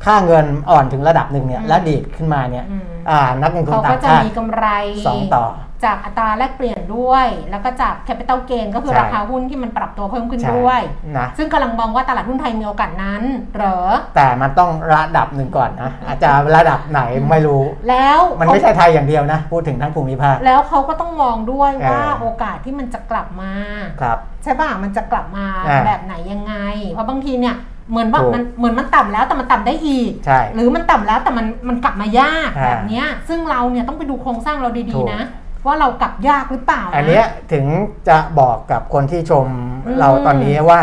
ค่าเงินอ่อนถึงระดับหนึ่งเนี่ย
อืม
และดีดขึ้นมาเนี่ย
อืม
อ่านักลงทุน
เขา
ต่า
ก็
ง
จะ
ชาติ
มีกำไร
สองต่อ
จากอัตราแลกเปลี่ยนด้วย แล้วก็จากแคปิตอลเกนก็คือ
ใช่
ราคาหุ้นที่มันปรับตัวเพิ่มขึ้น
ใช่
ด้วย
นะ
ซึ่งกำลังมองว่าตลาดหุ้นไทยมีโอกาสนั้น เหรอ
แต่มันต้องระดับหนึ่งก่อนนะอาจจะระดับไหนไม่รู้
แล้ว
มันไม่ใช่ไทยอย่างเดียวนะ พูดถึงทั้งภูมิภาค
แล้วเขาก็ต้องมองด้วย
เออ
ว่าโอกาสที่มันจะกลับมา
ครับ
ใช่ป่ะมันจะกลับมา
อ่า
แบบไหนยังไง เพราะบางทีเนี่ยเหมือนว่า
ถูก
มันเหมือนมันต่ำแล้วแต่มันต่ำได้อีก
ใช่
หรือมันต่ำแล้วแต่มันมันกลับมายาก
อ่า
แบบเนี้ย ซึ่งเราเนี่ยต้องไปดูโครงสร้างเราดี
ถูก
ๆนะ ว่าเรากลับยากหรือเปล่า
อันเนี้ย
ะ
ถึงจะบอกกับคนที่ชม
อืม
เราตอนนี้ว่า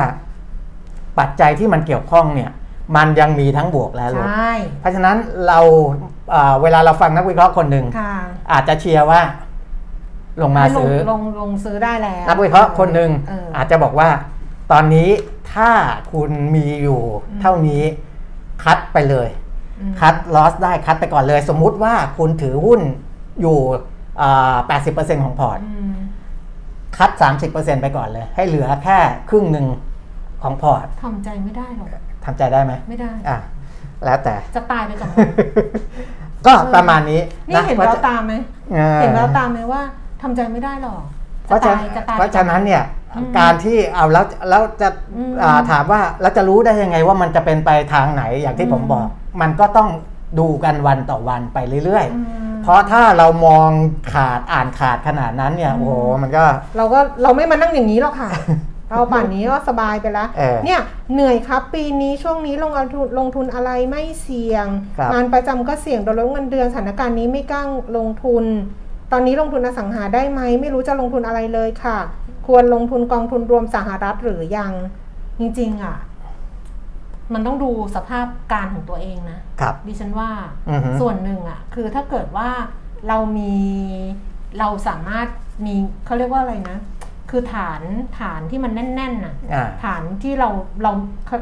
ปัจจัยที่มันเกี่ยวข้องเนี่ย มันยังมีทั้งบวกและล
ใช
บ่ เพราะฉะนั้นเราเอ่อเวลาเราฟังนักวิเคราะห์คนหนึ่ง
ค่ะ
อาจจะเชียร์ว่า ลงมา
ให้ลง
ซื้อ
ลงลงซื้อได้แล้ว
นักวิเคราะห์คนหนึ่ง
เอออ
อาจจะบอกว่า ตอนนี้ถ้าคุณมีอยู่
อืม
เท่านี้คัดไปเลย
อืม
คัดลอสได้คัดไปก่อนเลย สมมุติว่าคุณถือหุ้นอยู่อ่า80%ของพอร์ต
อืม
คัด 30%ไปก่อนเลย ให้เหลือแค่ครึ่งหนึ่งของพอร์ต
ทำใจไม่ได้หรอก
ทำใจได้ไหม
ไม่ได้
อ่ะ แล้วแต่ *laughs*
จะตายไปกับมัน
ก็ประมาณนี้
นี่เห็น
ว่า
เรา
จะ
ตามไหม
อ่อ
เห็นเราตามไหมว่าทำใจไม่ได้หรอก
เพ
จะตา
ราะฉะนั้
ย
น
จะตาย
เพราะฉะนั้นเนี่ย
อืม
การที่เอาแล้วแล้วจะ
อืม
อ่าถามว่าแล้วจะรู้ได้ยังไงว่ามันจะเป็นไปทางไหนอย่างที่
อืม
ผมบอก มันก็ต้องดูกันวันต่อวันไปเรื่อย
อืม
ๆ เพราะถ้าเรามองขาดอ่านขาดขนาดนั้นเนี่ยโอ้โห
อืม
มันก็
เราก็เราไม่มานั่งอย่างนี้หร
*laughs*
อกค่ะ เราป่านนี้ก็สบายไปแล้ว
เออ
เนี่ยเหนื่อยครับปีนี้ช่วงนี้ลงเอาทุนลงทุนอะไรไม่เสี่ยง
ครับ
งานประจำก็เสี่ยงโดนลดเงินเดือนสถานการณ์นี้ไม่กล้าลงทุน ตอนนี้ลงทุนอสังหาได้ไหมไม่รู้จะลงทุนอะไรเลยค่ะ ควรลงทุนกองทุนรวมสหรัฐหรือยังจริงๆอ่ะ มันต้องดูสภาพการของตัวเองนะครับ ดิฉันว่า
อือฮึ
ส่วนหนึ่งอ่ะคือถ้าเกิดว่าเรามีเราสามารถมีเขาเรียกว่าอะไรนะ คือฐานฐานที่มันแน่นๆน่ะ
อ่า
ฐานที่เราเราเขา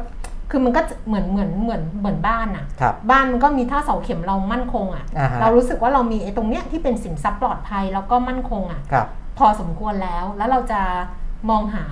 คือมันก็จะเหมือนเหมือนเหมือนเหมือนบ้านน่ะ
ครับ
บ้านมันก็มีถ้าเสาเข็มเรามั่นคงอ่ะ
อ่าฮะ
เรารู้สึกว่าเรามีไอ้ตรงเนี้ยที่เป็นสินทรัพย์ปลอดภัยแล้วก็มั่นคงอ่ะ
ครับ
พอสมควรแล้วแล้วเราจะมองหา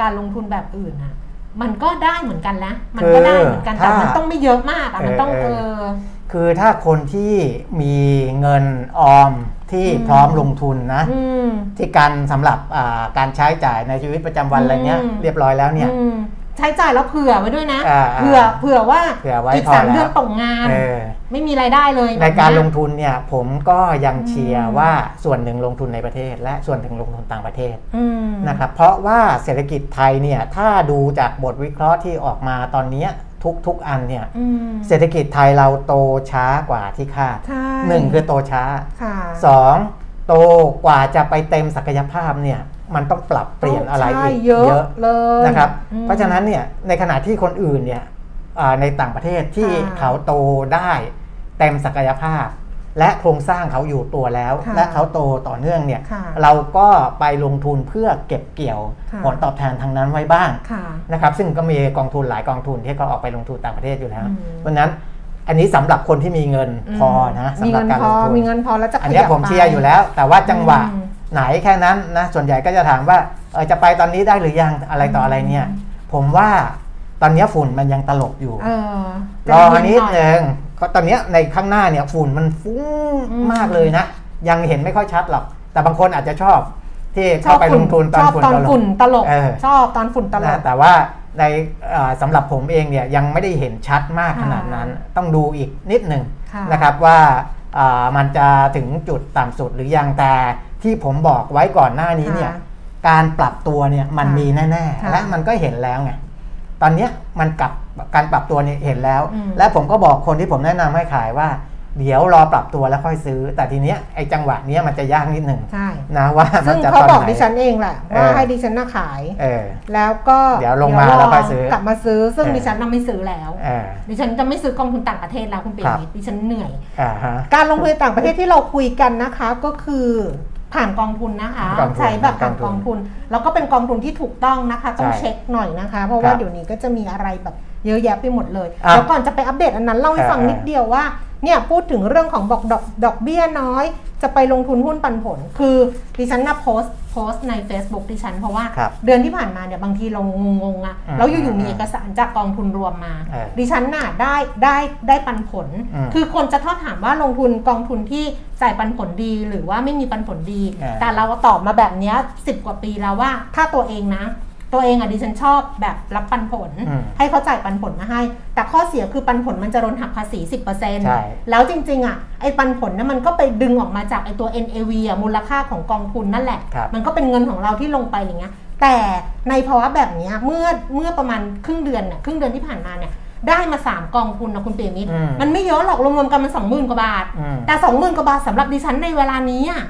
การลงทุนแบบอื่นอ่ะ มันก็ได้เหมือนกันนะมันก็ได้เหมือนกัน
เออ
แต่มัน
ถ้า
ต้องไม่เยอะมากอ่ะมันต้อง
เอ
เอ
อเออ
อ
คือถ้าคนที่มีเงินออมที่
อืม
พร้อมลงทุนนะ
อืม
ที่การสำหรับอ่าการใช้จ่ายในชีวิตประจำวันอะไรเงี้ย
อืม
เรียบร้อยแล้วเนี่ย
อืมใช้จ่ายแล้วเผื่อไว้ด้วยนะ
อ่า
เผื่อเผื่อว่า
เผื่อไว้
อีก
พอ
สาม
แล้ว
เดือนตกงาน
เออ
ไม่มีรายได้เลย
ในการลง
แบบเ
ทุนเนี่ย ผมก็ยังเชีย
อืม
ร์ว่าส่วนหนึ่งลงทุนในประเทศ และส่วนหนึ่งลงทุนต่างประเทศ
ยอืม
นะครับเพราะว่าเศรษฐกิจไทยเนี่ยถ้าดูจากบทวิเคราะห์ที่ออกมาตอนเนี้ยทุกๆอันเนี่ย
อืม
เศรษฐกิจไทยเราโตช้ากว่าที่คาด
ใช่
หนึ่งคือโตช้า
ค่ะ
สอง โตกว่าจะไปเต็มศักยภาพเนี่ยมันต้องปรับเปลี่ยนอะไร
ใช่
อีก
เยอะ
เยอะ
เลย
นะครับ
อืม
เพราะฉะนั้นเนี่ยในขณะที่คนอื่นเนี่ยอ่าในต่างประเทศที่
ค่ะ
เขาโตได้เต็มศักยภาพ และโครงสร้างเขาอยู่ตัวแล้ว
ค่ะ
และเขาโตต่อเนื่องเนี่ย
ค่ะ
เราก็ไปลงทุนเพื่อเก็บเกี่ยว
ค่ะ
ผลตอบแทนทางนั้นไว้บ้าง
ค่ะ
นะครับซึ่งก็มีกองทุนหลายกองทุนที่เขาออกไปลงทุนต่างประเทศอยู่แล้ว
อืม
เพราะฉะนั้นอันนี้สำหรับคนที่มีเงินพอนะ
มี
สำหรับ
เงิน
การ
พ
ล
อง
ทุน
มีเงินพอแล้วจะขยับ
อันเนี้ยผมเชียร์อยู่แล้ว แต่ว่าจังหวะไหนแค่นั้นนะส่วนใหญ่ก็จะถามว่าเออจะไปตอนนี้ได้หรือยังอะไรต่ออะไรเนี่ย ผมว่าตอนเนี้ยฝุ่นมันยังตลบอยู่
เออ
รอ
ใจ
นิ
เย็
ด
หย
นึงก็ตอนเนี้ยในข้างหน้าเนี่ยฝุ่นมันฟุ้ง
อืม
มากเลยนะ ยังเห็นไม่ค่อยชัดหรอก แต่บางคนอาจจะชอบที่เข้าไปลงทุนตอน
ชอบ
ฝุ่น
ตอน
ตล
ฝุ่
บ
นตลก
เออ
ชอบตอนฝุ่นตลก
นะแต่ว่าในเอ่อสำหรับผมเองเนี่ยยังไม่ได้เห็นชัดมากขนาดนั้น ต้องดูอีกนิดหนึ่ง
ค่ะ
นะครับว่าเอ่อมันจะถึงจุดต่ำสุดหรือยังแต่ที่ผมบอกไว้ก่อนหน้านี้เนี่ย
ค่ะ
การปรับตัวเนี่ยมัน
ค่ะ
มีแน่
ค่ะ
ๆ และมันก็เห็นแล้วไงตอนเนี้ยมันกลับการปรับตัวเนี่ยเห็นแล้ว
อืม
และผมก็บอกคนที่ผมแนะนำให้ขายว่า เดี๋ยวรอปรับตัวแล้วค่อยซื้อ แต่ทีเนี้ยไอ้จังหวะเนี้ยมันจะยากนิดหนึ่ง
ใช่
นะว่ามั
ซึ่
น
ง
จะ
เขา
ตอน
บอก
ไหน
ดิฉันเองแหละ
เออ
ว่าให้ดิฉันน่ะขาย
เออ
แล้วก็
เดี๋ยวลงมาแล้วค่อยซื้อก
ลับมาซื้อซึ่ง
เออ
ดิฉันน่ะไม่ซื้อแล้ว
เออ
ดิฉันจะไม่ซื้อกองทุนต่างประเทศแล้วคุณเปีย
ครับ
มิตรดิฉันเหนื่อย
อ่าฮะ
การลงทุนต่างประเทศที่เราคุยกันนะคะก็คือผ่านกองทุนนะคะ
ผ่านกองทุน
ใช้แบบผ่านกองทุน แล้วก็เป็นกองทุนที่ถูกต้องนะคะต้อง
ใช่
เช็คหน่อยนะคะ เพราะ
ครั
ว่า
บ
เดี๋ยวนี้ก็จะมีอะไรแบบเยอะแยะไปหมดเลย
อ่ะ
แล้วก่อนจะไปอัปเดตอันนั้นเล่าให้ฟัง
เออ
นิดเดียวว่าเนี่ยพูดถึงเรื่องของบอกดอกดอกเบี้ยน้อย จะไปลงทุนหุ้นปันผล คือดิฉันนะโพสโพสใน Facebook ดิฉัน เพราะว่า
ครับ
เดือนที่ผ่านมาเนี่ยบางทีเรางงๆอะ
อืม
แล้วอยู่ๆมี
อืม
เอกสารจากกองทุนรวมมา
เออ
ดิฉันน่ะได้ได้ได้ปันผล
อืม
คือคนจะทอดถามว่าลงทุนกองทุนที่จ่ายปันผลดีหรือว่าไม่มีปันผลดี
อ่า
แต่เราตอบมาแบบเนี้สิบกว่าปีแล้วว่า ถ้าตัวเองนะ ตัวเองอ่ะดิฉันชอบแบบรับปันผล
อืม
ให้เขาจ่ายปันผลมาให้ แต่ข้อเสียคือปันผลมันจะโดนหักภาษี
ใช่
10%แล้วจริงๆอ่ะไอ้ปันผลนะมันก็ไปดึงออกมาจากไอ้ตัว NAV อ่ะมูลค่าของกองทุนนั่นแหละ
ครับ
มันก็เป็นเงินของเราที่ลงไปอย่างเงี้ย แต่ในภาวะแบบเนี้ยเมื่อเมื่อประมาณครึ่งเดือนเนี่ยครึ่งเดือนที่ผ่านมาเนี่ยได้มา 3 กองทุนนะคุณเปียมิตร
อืม
มันไม่เยอะหรอกรวมๆกันมันสองหมื่นกว่าบาท
อืม
แต่สองหมื่นกว่าบาทสำหรับดิฉันในเวลานี้อะ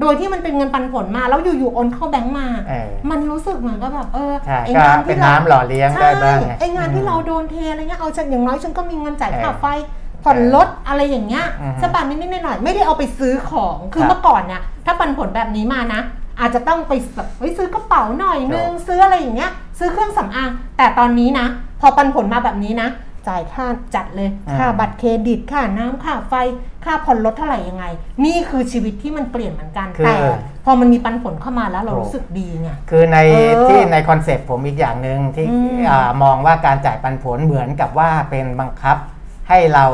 โดยที่มันเป็นเงินปันผลมาแล้วอยู่ๆโอนเข้าแบงก์มา
เออ
มันรู้สึกเหมือนก็แบบเออ
ใช่
ไอ้
ก็
งานที่
เป็น
เรา
น้ำหล่อเลี้ยงได้
ใช่
บ้างไง
ไอ้งานที่
อืม
เราโดนเทอะไรเงี้ยเอาฉันอย่างน้อยฉันก็มีเงินจ่ายค่า
เออ
ไฟผ่อนรถอะไรอย่างเงี้ย
อือฮึ
สบายนิดๆหน่อยๆไม่ได้เอาไปซื้อของคือ
ครับ
เมื่อก่อนเนี่ยถ้าปันผลแบบนี้มานะ อาจจะต้องไปแบบเฮ้ยซื้อกระเป๋าหน่อยนึง
ครับ
ซื้ออะไรอย่างเงี้ย ซื้อเครื่องสำอางแต่ตอนนี้นะ พอปันผลมาแบบนี้นะ จ่ายค่าจัดเลย
อืม
ค่าบัตรเครดิตค่าน้ำค่าไฟค่าผ่อนรถเท่าไหร่ยังไง นี่คือชีวิตที่มันเปลี่ยนเหมือนกัน
คือ
แต่พอมันมีปันผลเข้ามาแล้วเรารู้สึกดีไง
คือใน
เออ
ที่ในคอนเซปต์ผมอีกอย่างหนึ่งที่
อืม
อ่ามองว่าการจ่ายปันผลเหมือนกับว่าเป็นบังคับให้เรา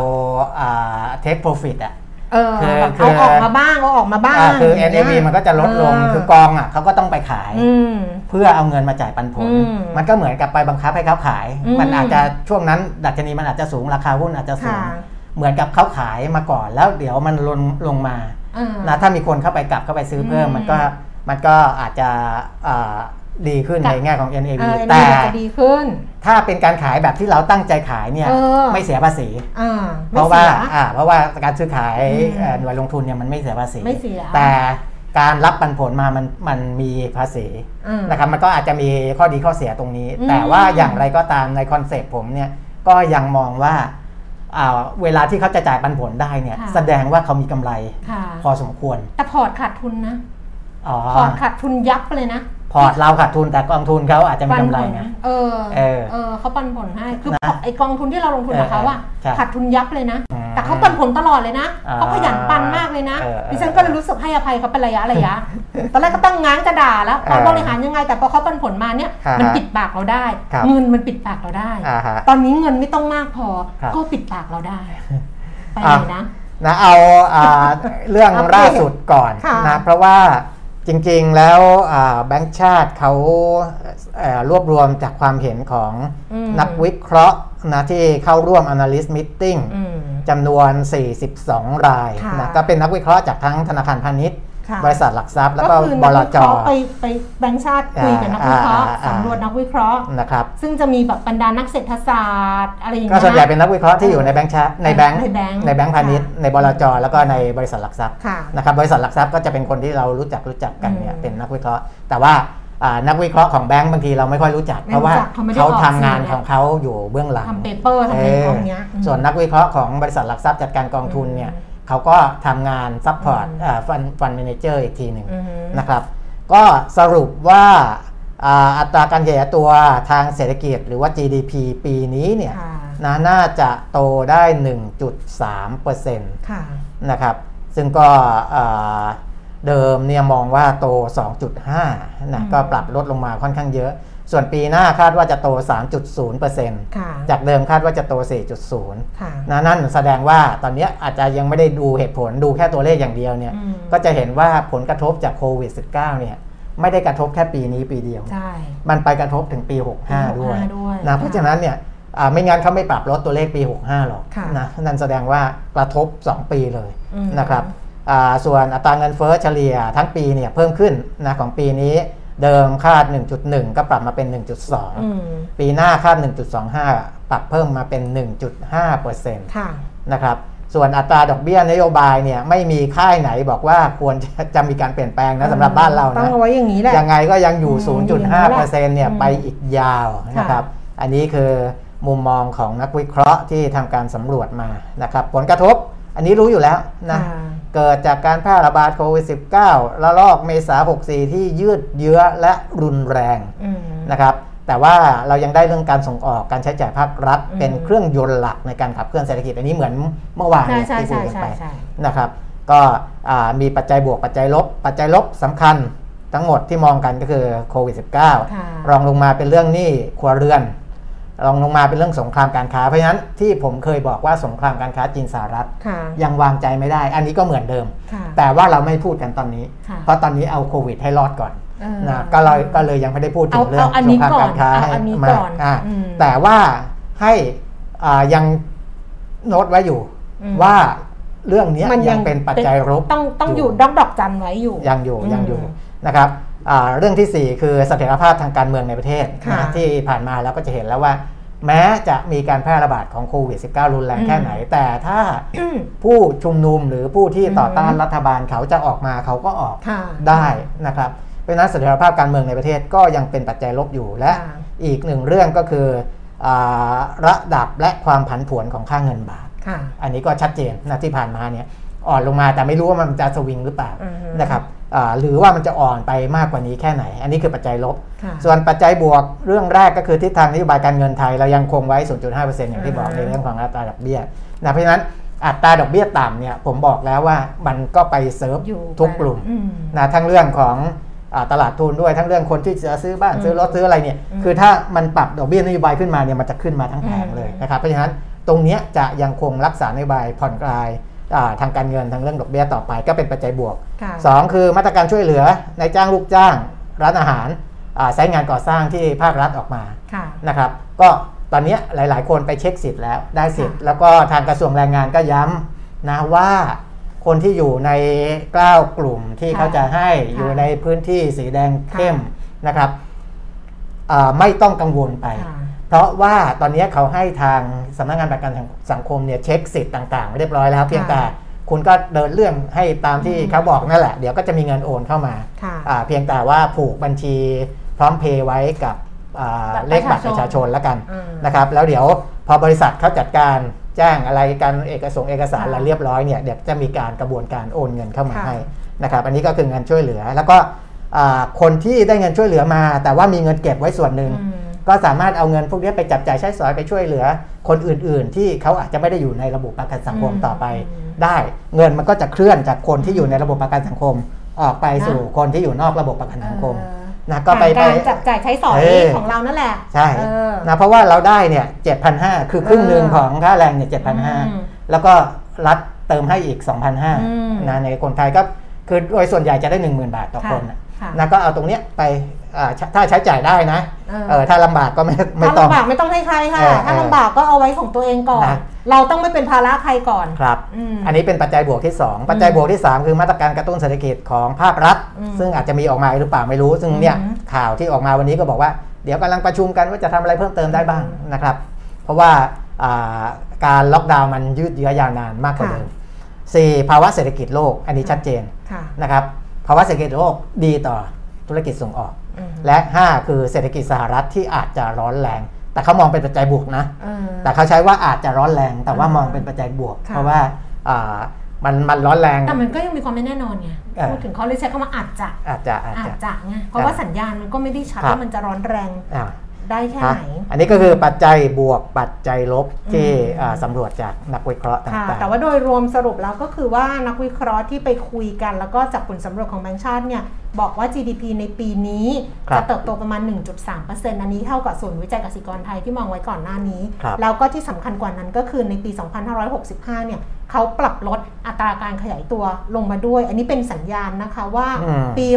เทคโปรฟิตอ่ะ
เออ
คือ
แบบ
คือ
เอาออกมาบ้างเอาออกมาบ้าง
อ่าคือ
ย่างเงี้ย
NAV มันก็จะลดลง
เออ
คือกองอ่ะเขาก็ต้องไปขาย
อืม
เพื่อเอาเงินมาจ่ายปันผล
อืม
มันก็เหมือนกับไปบังคับให้เขาขาย
อืม
มันอาจจะช่วงนั้นดัชนีมันอาจจะสูงราคาหุ้นอาจจะสูง
ค่ะ
เหมือนกับเขาขายมาก่อน แล้วเดี๋ยวมันลงลงมา
เออ
นะถ้ามีคนเข้าไปกลับเข้าไปซื้อเพิ่ม
อืม
มันก็มันก็อาจจะเอ่อดีขึ้น
กลับ
ในแง่ของ NAV
เออแต่
แต่
จะดีขึ้น
ถ้าเป็นการขายแบบที่เราตั้งใจขายเนี่ย
เออ
ไม่เสียภาษี
อ่า
เพ
ไม่
ราะว่า
เสีย
อ่าเพราะว่าการซื้อขาย
อืม
เอ่อหน่วยลงทุนเนี่ยมันไม่เสียภาษี
ไม่เสีย
แต่การรับปันผลมามันมันมีภาษี
อ่า
นะครับมันก็อาจจะมีข้อดีข้อเสียตรงนี้
อืม
แต่ว่าอย่างไรก็ตามในคอนเซปต์ผมเนี่ยก็ยังมองว่าอ่าเวลาที่เขาจะจ่ายปันผลได้เนี่ยแสดงว่าเขามีกำไร
ค่ะ
พอสมควร
แต่พอร์ตขาดทุนนะ
อ๋อ
พอร์ตขาดทุนยับเลยนะ
พอร์ตเราขาดทุนแต่กองทุนเขาอาจจะมีกำไร
ปัผล
นะ
เออ
เออ
เออเขาปันผลให้คือ
นะ
พอไอกองทุนที่เราลงทุนกับเขาอะ
เออใช่
ขาดทุนยับเลยนะ
อืม
แต่เขาปันผลตลอดเลยนะ
อ่า
เขาขยันปันมากเลยนะ
เออเออ
ดิฉันก็เลยรู้สึกให้อภัยเขาเป็นระยะ
*laughs*
ระยะ ตอนแรกก็ตั้งง้างจะด่าแล้วเขา
เออบ
ริหารยังไง แต่พอเขาปันผลมาเนี่ย
อ่าฮะ
มันปิดปากเราได้
ครับ
เงินมันปิดปากเราได้
อ่าฮะ
ตอนนี้เงินไม่ต้องมากพอ
ครับ
ก็ปิดปากเราได้ ไปเลยนะ
นะเอาอ่าเรื่อง
อัปเดต
ล่าสุดก่อน
ค่ะ
นะเพราะว่าจริงๆแล้วอ่าแบงก์ชาติเขาเอ่อรวบรวมจากความเห็นของ
อืม
นักวิเคราะห์นะที่เข้าร่วม Analyst Meeting
อืม
จำนวน 42 ราย
ค่ะ
นะก็เป็นนักวิเคราะห์จากทั้งธนาคารพาณิชย์
ค่ะ
บริษัทหลักทรัพย์ แล้วก็
คือบ นั
ล
วิ
จ
เคราะห์ไปไปแบงก์ชาติคุยกับนักวิเคราะห์
อ่าอ่าอ่า
สำรวจนักวิเคราะห์
นะครับ
ซึ่งจะมีแบบบรรดานักเศรษฐศาสตร์อะไรอย่าง
ก็
เงี้ย
ส่วนใหญ่เป็นนักวิเคราะห์ที่อยู่ในแบงค์ชาในแบงค์
ในแบงค์
ในแบงค์พาณิชย์ในบลจ แล้วก็ในบริษัทหลักทรัพย์
ค่ะ
นะครับบริษัทหลักทรัพย์ก็จะเป็นคนที่เรารู้จักรู้จักกันเนี่ย
อืม
เป็นนักวิเคราะห์ แต่ว่าอ่านักวิเคราะห์ของแบงค์บางทีเราไม่ค่อยรู้จัก
ไม่
เพราะ
รู้
ว่า
จักเขาไม่ได้อ
เขา
อก
ทำงาน
สื่อ
ของเขาอยู่เบื้องหลัง
ทำเปเปอร์ทำอะไรอย่างเงี้ย
เออส่วนนักวิเคราะห์ของบริษัทหลักทรัพย์จัดการกองทุนเนี่ยเขาก็ทำงานซัพพอร์ตฟันฟันเมนเจอร์อีกทีหนึ่ง
อืม
นะครับ ก็สรุปว่าอ่าอัตราการขยายตัวทางเศรษฐกิจหรือว่า GDP ปีนี้เนี่ย
ค่ะ
นะน่าจะโตได้ 1.3%น
ค่ะ
ะครับ ซึ่งก็อ่าเดิมเนี่ยมองว่าโต 2.5นะ
อืม
ก็ปรับลดลงมาค่อนข้างเยอะ ส่วนปีหน้าคาดว่าจะโต 3.0%
ค่ะ
จากเดิมคาดว่าจะโต 4.0
ค่ะ
นะนั่นแสดงว่าตอนเนี้ยอาจจะยังไม่ได้ดูเหตุผลดูแค่ตัวเลขอย่างเดียวเนี่ย
อืม
ก็จะเห็นว่าผลกระทบจากโควิด -19 เนี่ยไม่ได้กระทบแค่ปีนี้ปีเดียว
ใช่
มันไปกระทบถึงปี 65 ด้วย
ห้าด้วย
นะเพราะฉะนั้นเนี่ยอ่าไม่งั้นเขาไม่ปรับลดตัวเลขปี 65 หรอก
ค่ะ
นะนั่นแสดงว่ากระทบ 2 ปีเลย
อืม
นะครับอ่าส่วนอัตราเงินเฟ้อเฉลี่ยทั้งปีเนี่ยเพิ่มขึ้นนะของปีนี้เดิมคาด 1.1 ก็ปรับมาเป็น 1.2
อืม
ปีหน้าคาด 1.25 ปรับเพิ่มมาเป็น 1.5เปอร์เซ็นต์
ค่ะ
นะครับ ส่วนอัตราดอกเบี้ยนโยบายเนี่ยไม่มีค่ายไหนบอกว่าควรจะจะมีการเปลี่ยนแปลงนะสำหรับบ้านเรา
ต้อ
นะ
งเอาไว้อย่างนี้แหละ
ยังไงก็ยังอยู่
อืม
0.5เปอร์เซ็นต์เนี่ย
อืม
ไปอีกยาวนะครับ อันนี้คือมุมมองของนักวิเคราะห์ที่ทำการสำรวจมานะครับ ผลกระทบอันนี้รู้อยู่แล้วนะ
ค่ะ
เกิดจากการแพร่ระบาดโควิด -19 ระลอกเมษา 64 ที่ยืดเยื้อและรุนแรง
อืม
นะครับแต่ว่าเรายังได้เรื่องการส่งออกการใช้จ่ายภาครัฐ
อืม
เป็นเครื่องยนต์หลักในการขับเคลื่อนเศรษฐกิจอันนี้เหมือนเมื่อวาน
ใช่
เนี่ย
ใช่
ที่คุ
ใช่
ยกัน
ใช่
ไป
ใช่
นะครับก็อ่ามีปัจจัยบวกปัจจัยลบ ปัจจัยลบสำคัญทั้งหมดที่มองกันก็คือโควิด
ค่ะ
-19 รองลงมาเป็นเรื่องหนี้ครัวเรือน รองลงมาเป็นเรื่องสงครามการค้าเพราะฉะนั้นที่ผมเคยบอกว่าสงครามการค้าจีนสหรัฐ
ค่ะ
ยังวางใจไม่ได้ อันนี้ก็เหมือนเดิม
ค่ะ
แต่ว่าเราไม่พูดกันตอนนี้
ค่ะ
เพราะตอนนี้เอาโควิดให้รอดก่อน
เออ
นะก็เลยก็เลยยังไม่ได้พูดถึ
เอา
งเรื่อง
เอาอัน
ส
นี้
งครามการค้า
ก่อน
ให้
เอาอันนี้
มา
ก่อน
อ่ะ
อืม
แต่ว่าให้อ่ายังโน้ตไว้อยู่
อืม
ว่าเรื่องเนี้ย
มัน
ยังเป็นปัจจัยรบ
ต้องต้องอยู่ดอกดอกจันไว้อยู่
ยังอยู่ยังอยู่
อืม
นะครับอ่าเรื่องที่สี่คือเสถียรภาพทางการเมืองในประเทศ
ค่ะ
นะที่ผ่านมาแล้วก็จะเห็นแล้วว่า แม้จะมีการแพร่ระบาดของโควิด -19 รุนแรงแค่ไหน แต่ถ้า
อืม
ผู้ชุมนุมหรือผู้ที่ต่ออ
ม
ต้านรัฐบาลเขาจะออกมาเขาก็ออก
ค่ะ
ได้นะครับเพราะฉะนั้นเสถียรภาพการเมืองในประเทศก็ยังเป็นปัจจัยลบอยู่และ
ค่ะ
อีกหนึ่งเรื่องก็คืออาระดับและความผันผวนของค่าเงินบาท
ค่ะ
อันนี้ก็ชัดเจนนะที่ผ่านมาเนี่ยอ่อนลงมาแต่ไม่รู้ว่ามันจะสวิงหรือเปล่า
อือฮึ
นะครับอ่าหรือว่ามันจะอ่อนไปมากกว่านี้แค่ไหน อันนี้คือปัจจัยลบ
ค่ะ
ส่วนปัจจัยบวกเรื่องแรกก็คือทิศทางนโยบายการเงินไทยเรายังคงไว้ 0.5%อย่างที่บอก
อ่าฮะ
ในเรื่องของอัตราดอกเบี้ยนะเพราะฉะนั้นอัตราดอกเบี้ยต่ำเนี่ยผมบอกแล้วว่ามันก็ไปเซิร์ฟ
อยู่
ทุกกลุ่ม
อืม
นะทั้งเรื่องของอาตลาดทุนด้วยทั้งเรื่องคนที่จะซื้อบ้าน
อืม
ซื้อรถซื้ออะไรเนี่ย
อืม
คือถ้ามันปรับดอกเบี้ยนโยบายขึ้นมาเนี่ยมันจะขึ้นมาทั้งแผง
อืม
เลยนะครับเพราะฉะนั้นตรงเนี้ยจะยังคงรักษานโยบายผ่อนคลายอ่าทางการเงินทางเรื่องดอกเบี้ยต่อไปก็เป็นปัจจัยบวก
ค่ะ
สองคือมาตรการช่วยเหลือนายจ้างลูกจ้าง ร้านอาหารอ่าสายงานก่อสร้างที่ภาครัฐออกมา
ค่ะ
นะครับก็ตอนเนี้ยหลาย ๆ คนไปเช็คสิทธิ์แล้วได้สิทธิ์
ค่ะ
แล้วก็ทางกระทรวงแรงงานก็ย้ำนะว่าคนที่อยู่ในเกล้ากลุ่มที่เขาจะให้อยู่ในพื้นที่สีแดงเข้มนะครับอ่าไม่ต้องกังวลไป
ค่ะ
เพราะว่าตอนเนี้ยเขาให้ทางสำนักงานประกันสังคมเนี่ยเช็คสิทธิ์ต่าง ๆ เรียบร้อยแล้วเพียงแต่คุณก็เดินเรื่องให้ตามที่
อืม
เขาบอกนั่นแหละ เดี๋ยวก็จะมีเงินโอนเข้ามา
ค่ะ
อ่าเพียงแต่ว่าผูกบัญชีพร้อมเพย์ไว้กับอ่า
บัตร
เลขบัตรประชาชนแล้วกัน
อ่าน
นะครับแล้วเดี๋ยวพอบริษัทเขาจัดการแจ้งอะไรกันเอกสงค์เอกสารอะไรเรียบร้อยเนี่ยเดี๋ยวจะมีการกระบวนการโอนเงินเข้ามาให้นะครับอันนี้ก็คือเงินช่วยเหลือ แล้วก็อ่าคนที่ได้เงินช่วยเหลือมา แต่ว่ามีเงินเก็บไว้ส่วนหนึ่ง
อืม
ก็สามารถเอาเงินพวกนี้ไปจับจ่ายใช้สอยไปช่วยเหลือ คนอื่น ๆ ที่เขาอาจจะไม่ได้อยู่ในระบบประกันสังคม
อืม
ต่อไป ได้เงินมันก็จะเคลื่อนจากคนที่อยู่ในระบบประกันสังคม ออกไป
นะ
สู่คนที่อยู่นอกระบบประกันสังคม
เออ
นะก็ไปไป
ผ่านการจับจ่ายใช้สอย
เออ
ของเรานั่นแหละ
ใช่
เออ
นะเพราะว่าเราได้เนี่ยเจ็ดพันห้าคือครึ่งหนึ่งของค่าแรงเนี่ยเจ็ดพันห้าม แล้วก็รัฐเติมให้อีก 2,500น
ม
ะในคนไทยก็คือโดยส่วนใหญ่จะได้ 10,000 บาทต่อคนน่ะ
ค่ะ
นะก็เอาตรงเนี้ยไป อ่าถ้าใช้จ่ายได้นะ
เออ
เออถ้าลำบากก็ไม่ไม่
ถ้า
ต้อง
ลำบากไม่ต้องให้ใครค่ะ
เออ
ถ้า
เออ
ลำบากก็เอาไว้ของตัวเองก่อน
นะ
เราต้องไม่เป็นภาระใครก่อน
ครับ
อืม
อันนี้เป็นปัจจัยบวกที่ 2 ปัจจัยบวกที่ 3 คือมาตรการกระตุ้นเศรษฐกิจของภาครัฐ
อืม
ซึ่งอาจจะมีออกมาหรือเปล่าไม่รู้ ซึ่งเนี่ย
อืม
ข่าวที่ออกมาวันนี้ก็บอกว่า เดี๋ยวกำลังประชุมกันว่าจะทำอะไรเพิ่มเติมได้บ้างนะครับ เพราะว่าอ่าการล็อกดาวน์มันยืดเยื้อยาวนานมากกว่า
ค่ะ
เดิมสี่ภาวะเศรษฐกิจโลกอันนี้ชัดเจน
ค่ะ
นะครับภาวะเศรษฐกิจโลกดีต่อธุรกิจส่งออก
อืม
และห้าคือเศรษฐกิจสหรัฐที่อาจจะร้อนแรง แต่เขามองเป็นปัจจัยบวกนะ
เออ
แต่เขาใช้ว่าอาจจะร้อนแรงแต่ว่า
อ่าม
มองเป็นปัจจัยบวก
ค่ะ
เพราะว่าอ่ามันมันร้อนแรง
แต่มันก็ยังมีความไม่แน่นอนไง
เออ
พูดถึงเขาเลยใช้คำว่าอาจจะ
อาจจะอาจ
อาจ
จะ
จะไง เพราะว่าสัญญาณมันก็ไม่ได้ชัด
ครับ
ว่ามันจะร้อนแรง
อ่า
ได้แค่
ฮะ
ไหน
อันนี้ก็คือปัจจัยบวกปัจจัยลบที่
อืม
อ่าสำรวจจากนักวิเคราะห์ต่า
ค่ะ
ง
แต่ว่าโดยรวมสรุปแล้วก็คือว่านักวิเคราะห์ที่ไปคุยกัน แล้วก็จากผลสำรวจของแบงก์ชาติเนี่ยบอกว่า GDP ในปีนี้
ครับ
จะเติบโตประมาณ 1.3%อันนี้เท่ากับส่วนย์วิจัยกสิกรไทยที่มองไว้ก่อนหน้านี้
ครับ
แล้วก็ที่สำคัญกว่านั้นก็คือในปี 2565 เนี่ยเขาปรับลดอัตราการขยายตัวลงมาด้วย อันนี้เป็นสัญญาณนะคะว่า
อืม
ปี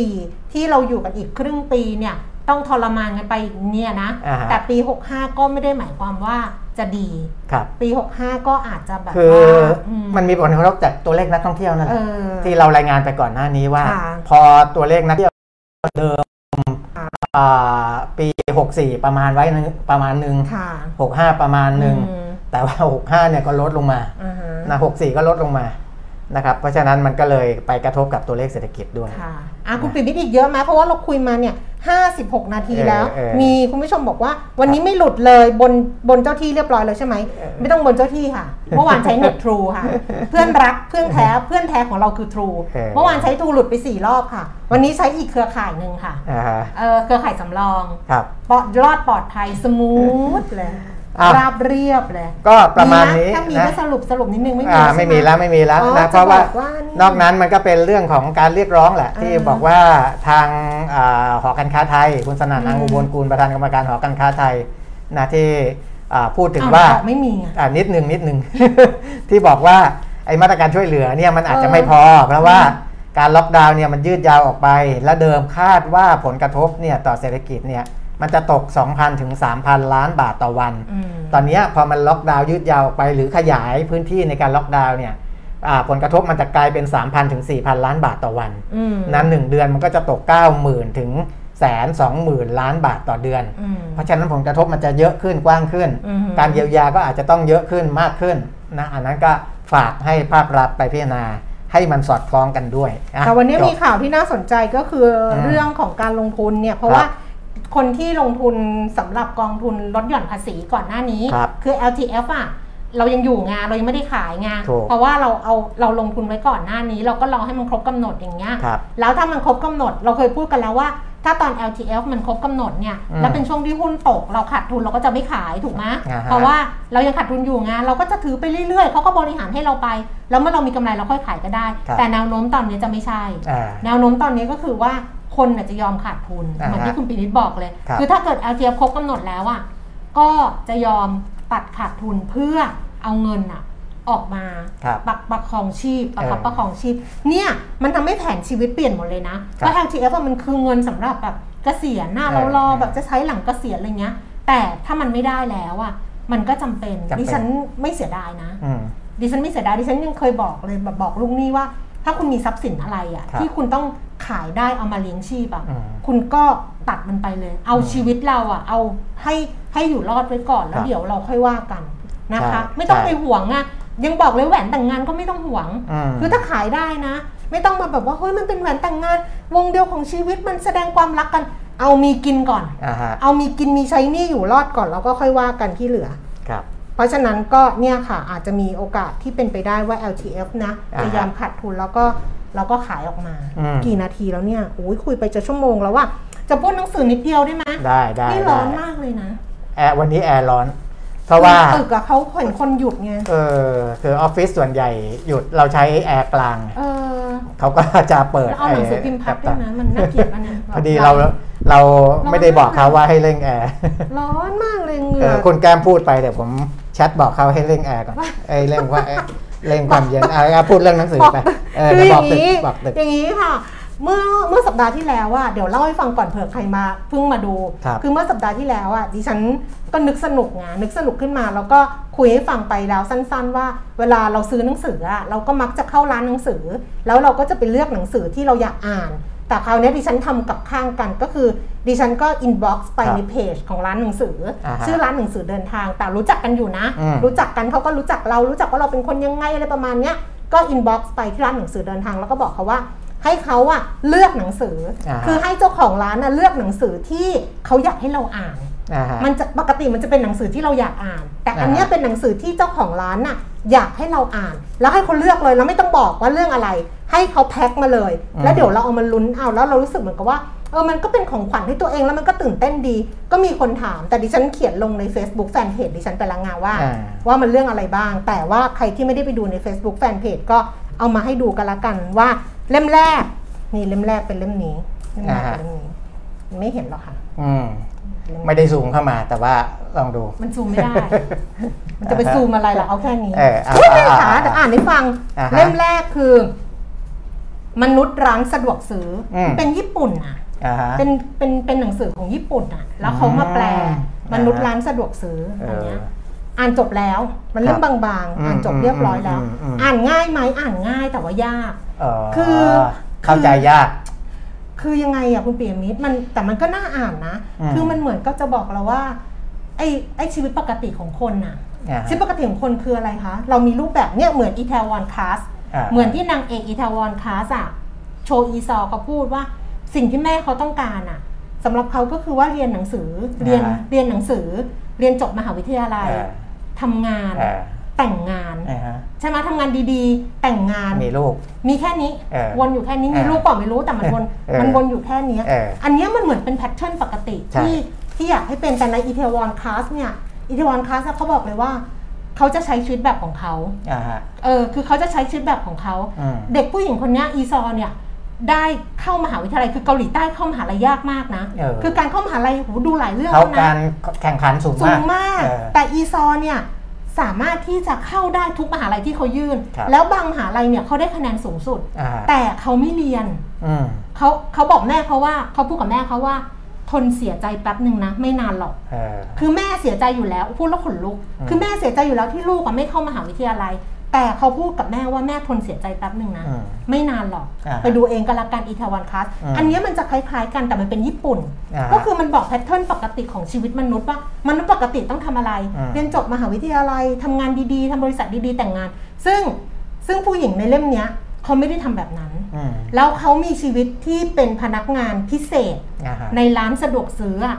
64 ที่เราอยู่กันอีกครึ่งปีเนี่ยต้องทรมานกันไปเนี่ยนะ
อ่าฮะ
แต่ปี 65 ก็ไม่ได้หมายความว่าจะดี
ๆครับ
ปี 65 ก็อาจจะแบบ
คือ
ว่า
อ
อื
มันมีผลกระทบจากตัวเลขนักท่องเที่ยวนั่นแห
เอ
ละ
อ
ที่เรารายงานไปก่อนหน้านี้ว่า
ค่ะ
พอตัวเลขนักท่องเที่ยวเดิมอ่าปี 64 ประมาณไว้นึงประมาณหนึ่ง
ค่ะ
65 ประมาณหนึ่ง
อืม
แต่ว่า 65เนี่ยก็ลดลงมา
อ่าฮะ
นะ64 ก็ลดลงมา นะครับ เพราะฉะนั้นมันก็เลยไปกระทบกับตัวเลขเศรษฐกิจด้วย
ค่ะอ่ะคุณปิ่นพิษอีกเยอะไหมเพราะว่าเราคุยมาเนี่ย 56 นาทีแล้ว
เออเออ
มีคุณผู้ชมบอกว่า วันนี้ไม่หลุดเลยบนบนเจ้าที่เรียบร้อยแล้วใช่ไหม
เออ
ไม่ต้องบนเจ้าที่ค่ะ เมื่อวานใช้เน็ตทรูค่ะ เพื่อนรักเพื่อนแท้เพื่อนแท้ของเราคือทรูเมื่อวานใช้ทรูหลุดไปสี่รอบค่ะ วันนี้ใช้อีกเครือข่ายหนึ่งค่ะ
อ่าฮะ
เออเครือข่ายสำรอง
ครับ
ปลอดรอดปลอดภัยสมูทเลย
อ่ะ
ราบเรียบเลย
ก็ประมาณนี้
ถ้ามี
นะ
ก็สรุปสรุปนิดนึงไม่มี
อ่า
ใช่ห
ไม่มีแล้วไม่มีแล้ว
อ๋อ
นะ
จะ
เพราะว่า
บอกว่าน
อกนั้นมันก็เป็นเรื่องของการเรียกร้องแหละ ที่
เออ
บอกว่าทางอ่าหอการค้าไทย คุณสนั่น
อืม
อังอุบลกุลประธานกรรมการหอการค้าไทยนะที่อ่าพูดถึง
อ้
ว่า
บอกไม่มีอ่ะ
อ่านิดหนึ่งนิดหนึ่ง *laughs* ที่บอกว่าไอ้มาตรการช่วยเหลือเนี่ยมันอาจจะ
เออ
ไม่พอ เพราะว่าการล็อกดาวน์เนี่ยมันยืดยาวออกไป และเดิมคาดว่าผลกระทบเนี่ยต่อเศรษฐกิจเนี่ยมันจะตก 2,000 ถึง 3,000 ล้านบาทต่อวัน
อืม
ตอนเนี้ยพอมันล็อกดาวน์ยืดยาวออกไป หรือขยายพื้นที่ในการล็อกดาวน์เนี่ยอ่าผลกระทบมันจะกลายเป็น 3,000 ถึง 4,000 ล้านบาทต่อวัน
อืม
นั้น 1 เดือนมันก็จะตก 90,000 ถึงแสนสองหมื่นล้านบาทต่อเดือน
อืม
เพราะฉะนั้นผลกระทบมันจะเยอะขึ้นกว้างขึ้น
อือฮึ
การเยียวยาก็อาจจะต้องเยอะขึ้นมากขึ้นนะอันนั้นก็ฝากให้ภาครัฐไปพิจารณาให้มันสอดคล้องกันด้วยอ่ะ
แต่วันนี้
จบ
มีข่าวที่น่าสนใจก็คืออ
ม
เรื่องของการลงทุนเนี่ยเพราะ
ครับ
ว่าคนที่ลงทุนสำหรับกองทุนลดหย่อนภาษีก่อนหน้านี้
ครับ
อ LTF อ่ะเรายังอยู่ไงานเรายังไม่ได้ขายไงาน
ถูก
เพราะว่าเราเอาเราลงทุนไว้ก่อนหน้านี้ เราก็รอให้มันครบกำหนดอย่างเงี้ย
ครับ
แล้วถ้ามันครบกำหนดเราเคยพูดกันแล้วว่า ถ้าตอน LTF มันครบกำหนดเนี่ย
อืม
แล้วเป็นช่วงที่หุ้นตก เราขาดทุนเราก็จะไม่ขายถูกไหม
อ่าฮะ
เพราะว่าเรายังขาดทุนอยู่ไงานเราก็จะถือไปเรื่อยๆเขาก็บริหารให้เราไป แล้วเมื่อเรามีกำไรเราค่อยขายก็ได้
ครับ
แต่แนวโน้มตอนนี้จะไม่ใช่
อ่า
แนวโน้มตอนนี้ก็คือว่าคนน่ะจะยอมขาดทุน
อ่าฮะ
เหมือนที่คุณปีนิดบอกเลย
ครับ
คือถ้าเกิด LTF ครบกำหนดแล้วอ่ะก็จะยอมตัดขาดทุนเพื่อเอาเงินอ่ะออกมา
ครับ
ปักประคองชีพประคับ
เออ
ประคองชีพ เนี่ยมันทำให้แผนชีวิตเปลี่ยนหมดเลยนะเพราะ LTF อะมันคือเงินสำหรับแบบเกษียณหน้า
เออ
เรารอ
เออ
แบบจะใช้หลังเกษียณอะไรเงี้ย แต่ถ้ามันไม่ได้แล้วอ่ะมันก็จำเป็น
จำเป็น
ดิฉันไม่เสียดายนะ
อืม
ดิฉันไม่เสียดายดิฉันยังเคยบอกเลยแบบบอกลูกหนี้ว่า ถ้าคุณมีทรัพย์สินอะไรอะ
ครับ
ที่คุณต้องขายได้เอามาเลี้ยงชีพอะ
อืม
คุณก็ตัดมันไปเลย เอา
อืม
ชีวิตเราอะเอาให้ให้อยู่รอดไว้ก่อนแล้
คว รับ
เดี๋ยวเราค่อยว่ากันนะคะ
ใช่
ไม่ต้อง
ใช่
ไปห่วงอะยังบอกเลยแหวนแต่งงานก็ไม่ต้องห่วง
อืม
คือถ้าขายได้นะ ไม่ต้องมาแบบว่าเฮ้ยมันเป็นแหวนแต่งงาน วงเดียวของชีวิตมันแสดงความรักกัน เอามีกินก่อน
อ่าฮะ
เอามีกินมีใช้หนี่อยู่รอดก่อนแล้วก็ค่อยว่ากันที่เหลือ
ครับ
เพราะฉะนั้นก็เนี่ยค่ะอาจจะมีโอกาสที่เป็นไปได้ว่า LTF นะ
อ่าฮะ
พยายามขาดทุนแล้วก็แล้วก็ขายออกมา
อืม
กี่นาทีแล้วเนี่ยโอ้ยคุยไปจะชั่วโมงแล้วว่า จะพูดหนังสือนิดเดียวได้ไหม
ได้ได้
นี่
ได้
ร้อนมากเลยนะ
แอร์วันนี้แอร์ร้อน เพราะว่า
ตึกอะเขาเห็นคนหยุดไง
เออคือออฟฟิศส่วนใหญ่หยุดเราใช้แอร์กลาง
เออ
เขาก็จะเปิด
แล้วเอาหนังสือพิมพ์พับด้วยนะมันน่าเกลียดอันเนี่ย
พอดีเราเราไม่ได้บอกเขาว่าให้เร่งแอร์
ร้อนมากเลยเหงื่
เอ
อ
อคุณแก้มพูดไปเดี๋ยวผมแชทบอกเขาให้เร่งแอร์ก่อนไอ้ *laughs* เร่งว่าเร่งความเย็นอ่ะอ่ะพูดเรื่องหนังสือไปเออ
คือ
เดี๋ยว
อ
อย่
บาก ง
ตึก
นี้
บอกตึก
อย่างนี้ค่ะ เมื่อเมื่อสัปดาห์ที่แล้วอะเดี๋ยวเล่าให้ฟังก่อนเผื่อใครมาเพิ่งมาดู
ครับ
อเมื่อสัปดาห์ที่แล้วอะดิฉันก็นึกสนุกไงนึกสนุกขึ้นมา แล้วก็คุยให้ฟังไปแล้วสั้น ๆ ว่า เวลาเราซื้อหนังสืออะเราก็มักจะเข้าร้านหนังสือ แล้วเราก็จะไปเลือกหนังสือที่เราอยากอ่าน แต่คราวเนี้ยดิฉันทำกับข้างกันก็คือดิฉันก็อินบ็อกซ์ไป
ครับ
ในเพจของร้านหนังสืออา
ฮะ
ชื่อร้านหนังสือเดินทาง แต่รู้จักกันอยู่นะ
อืม
รู้จักกันเขาก็รู้จักเรารู้จักว่าเราเป็นคนยังไงอะไรประมาณเนี้ยก็อินบ็อกซ์ไปที่ร้านหนังสือเดินทางแล้วก็บอกเขาว่า ให้เขาอะเลือกหนังสือ
อ่าฮะ
คือให้เจ้าของร้านอะเลือกหนังสือที่เขาอยากให้เราอ่าน
อ่าฮะ
มันจะปกติมันจะเป็นหนังสือที่เราอยากอ่าน แต่อันเนี้ย
อ่าฮะ
เป็นหนังสือที่เจ้าของร้านน่ะอยากให้เราอ่าน แล้วให้เขาเลือกเลยแล้วไม่ต้องบอกว่าเรื่องอะไร ให้เขาแพ็คมาเลย
อืม
แล้วเดี๋ยวเราเอามาลุ้นเอาแล้วเรารู้สึกเหมือนกับว่าเออมันก็เป็นของขวัญให้ตัวเองแล้วมันก็ตื่นเต้นดี ก็มีคนถามแต่ดิฉันเขียนลงใน Facebook แฟนเพจดิฉันไปและงาว่า
อ่า
ว่ามันเรื่องอะไรบ้าง แต่ว่าใครที่ไม่ได้ไปดูใน Facebook แฟนเพจก็เอามาให้ดูกันละกันว่าเล่มแรกนี่เล่มแรกเป็นเล่มนี้เล่มแรกเป็นเล่มนี้ไม่เห็นหรอกค่ะ
อืม
เล่มแรก
ไม่ได้ซูมเข้ามาแต่ว่าลองดู
มันซูมไม่ได้ มันจะไปซูมอะไรล่ะ เอาแค่นี้
เออเอา
ไม่เป็นไร
เอา
ค่ะ
เอา
แต่อ่านให้ฟัง
อ่าฮะ
เล่มแรกคือ มนุษย์ร้านสะดวกซื้ออ
ม
เป็นญี่ปุ่นอ่ะ
อ่าฮะ
เป็นเป็นเป็นหนังสือของญี่ปุ่นอ่ะ แล้วเขามาแปล
อ่ามม
นุษย์ร้านสะดวกซื้ออันเนี้ย
เออ
อ่านจบแล้ว มันเล่ม
ครับ
าง ๆ อ่านจบเรียบร้อยแล้ว
อืมอืมอืม
อ่านง่ายไหมอ่านง่ายแต่ว่ายาก คือ
เข้าใจยาก
คือยังไงอะคุณเปียมิตรมันแต่มันก็น่าอ่านนะ
อืม
คือมันเหมือนก็จะบอกเราว่า ไอ้ไอ้ชีวิตปกติของคนน่ะ
อ่าฮะ
ชีวิตปกติของคนคืออะไรคะ เรามีรูปแบบเนี่ยเหมือนอีเทวอนคาส
อ่า
เหมือนที่นางเอกอีเทวอนคาสอะโชอีซอเขาพูดว่าสิ่งที่แม่เขาต้องการอะสำหรับเขาก็คือว่าเรียนหนังสือเรียน
อ่าฮะ
เรียนหนังสือ เรียนจบมหาวิทยาลัย
อ่า
ทำงาน
อ่า
แต่งงาน
อ่าฮะ
ใช่ไหมทำงานดีๆ แต่งงาน
มีลูก
มีแค่นี้
เออ
วนอยู่แค่นี้
เออ
มีลูกเปล่าไม่รู้แต่มันวน
เออ
มันวนอยู่แค่เนี้ย
เอออั
นเนี้ยมันเหมือนเป็นแพทเทิร์นปกติ
ใช่
ที่ที่อยากให้เป็นแต่ในอีเทวอนคลาสเนี่ยอีเทวอนคลาสเขาบอกเลยว่า เขาจะใช้ชีวิตแบบของเขา
าฮะ
เออคือเขาจะใช้ชีวิตแบบของเขา
อืม
เด็กผู้หญิงคนเนี้ยอีซอเนี่ยได้เข้ามหาวิทยาลัยคือเกาหลีใต้เข้ามหาลัยยากมากนะ
เออ
คือการเข้ามหาลัยหูดูหลายเรื่อง
เขา
แล้วนะ
การแข่งขันสูง
สู
มาก
งมาก
เออ
แต่อีซอเนี่ยสามารถที่จะเข้าได้ทุกมหาลัยที่เขายื่น
ครับ
แล้วบางมหาลัยเนี่ยเขาได้คะแนนสูงสุด
อ่าฮะ
แต่เขาไม่เรียน
อืม
เขาเขาบอกแม่เขาว่าเขาพูดกับแม่เขาว่า ทนเสียใจแป๊บหนึ่งนะ ไม่นานหรอก
เออ
คือแม่เสียใจอยู่แล้วพูดแล้วขนลุก
อืม
คือแม่เสียใจอยู่แล้วที่ลูกอะไม่เข้ามหาวิทยาลัย แต่เขาพูดกับแม่ว่าแม่ทนเสียใจแป๊บหนึ่งนะ
อืม
ไม่นานหรอก
อ่าฮะ
ไปดูเองก็แล้วกันอีทาวันคัส
อืม
อันเนี้ยมันจะคล้ายๆกันแต่มันเป็นญี่ปุ่น
อ่าฮะ
ก็คือมันบอกแพทเทิร์นปกติของชีวิตมนุษย์ว่ามนุษย์ปกติต้องทำอะไร
อืม
เรียนจบมหาวิทยาลัยทำงานดีๆทำบริษัทดีๆแต่งงาน ซึ่งซึ่งผู้หญิงในเล่มเนี้ยเขาไม่ได้ทำแบบนั้น
อืม
แล้วเขามีชีวิตที่เป็นพนักงานพิเศษ
อ่าฮะ
ในร้านสะดวกซื้ออะ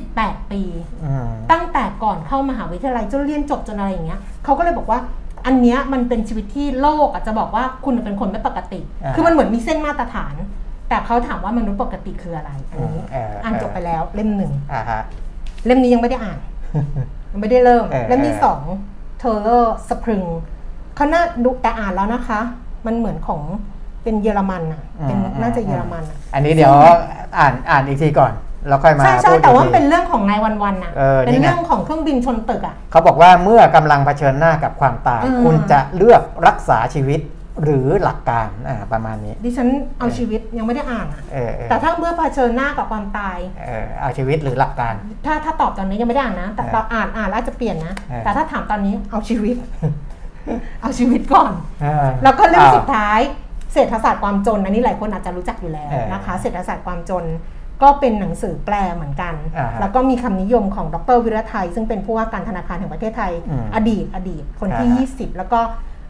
18 ปี
อืม
ตั้งแต่ก่อนเข้ามหาวิทยาลัยจนเรียนจบจนอะไรอย่างเงี้ยเขาก็เลยบอกว่า อันเนี้ยมันเป็นชีวิตที่โลกอาจจะบอกว่าคุณเป็นคนไม่ปกติ
อ่า
คือมันเหมือนมีเส้นมาตรฐาน แต่เขาถามว่ามนุษย์ปกติคืออะไรอันนี้
อืมเอออ่
อ่านจบไปแล้วเล่มหนึ่ง
อ่าฮะ
เล่มนี้ยังไม่ได้
*laughs*
อ่าน ยังไม่ได้เริ่ม
เออ
เล่มที่
เออ
สองเทอร์เลอร์สปริงเขาน่าดูแต่อ่านแล้วนะคะ มันเหมือนของเป็นเยอรมันอะเป็นน่าจะเยอรมันอะ
อันนี้เดี๋ยวอ่านอ่านอีกทีก่อน แล้วค่อยมา
ใช่ใช่
พูด
แต่ว่า
อีกที
เป็นเรื่องของนายวันวันๆน่ะ
เออนี่
น
ไง
เรื่องของเครื่องบินชนตึกอ่ะ
เขาบอกว่าเมื่อกำลังเผชิญหน้ากับความตาย
อืม
คุณจะเลือกรักษาชีวิตหรือหลักการอ่าประมาณนี้
ดิฉันเอา
เออ
ชีวิตยังไม่ได้อ่านอ่ะ
เออเออ
แต่ถ้าเมื่อเผชิญหน้ากับความตาย
เออเอาชีวิตหรือหลักการ
ถ้าถ้าตอบตอนนี้ยังไม่ได้อ่านนะ แต่
เออ
ตอนอ่านอ่านแล้วอาจจะเปลี่ยนนะ
เออ
แต่ถ้าถามตอนนี้เอาชีวิต *laughs* เอาชีวิตก่อน
อ่า
แล้วก็เรื่องสุดท้าย เศรษฐศาสตร์ความจนอันนี้หลายคนอาจจะรู้จักอยู่แล้ว
เออ
นะคะ เศรษฐศาสตร์ความจนก็เป็นหนังสือแปลเหมือนกัน
อ่าฮะ
แล้วก็มีคำนิยมของดรวิระไทย ซึ่งเป็นผู้ว่าการธนาคารแห่งประเทศไทย
อืม
อดีตอดีต คนที่
อ่าฮะ
20 แล้วก็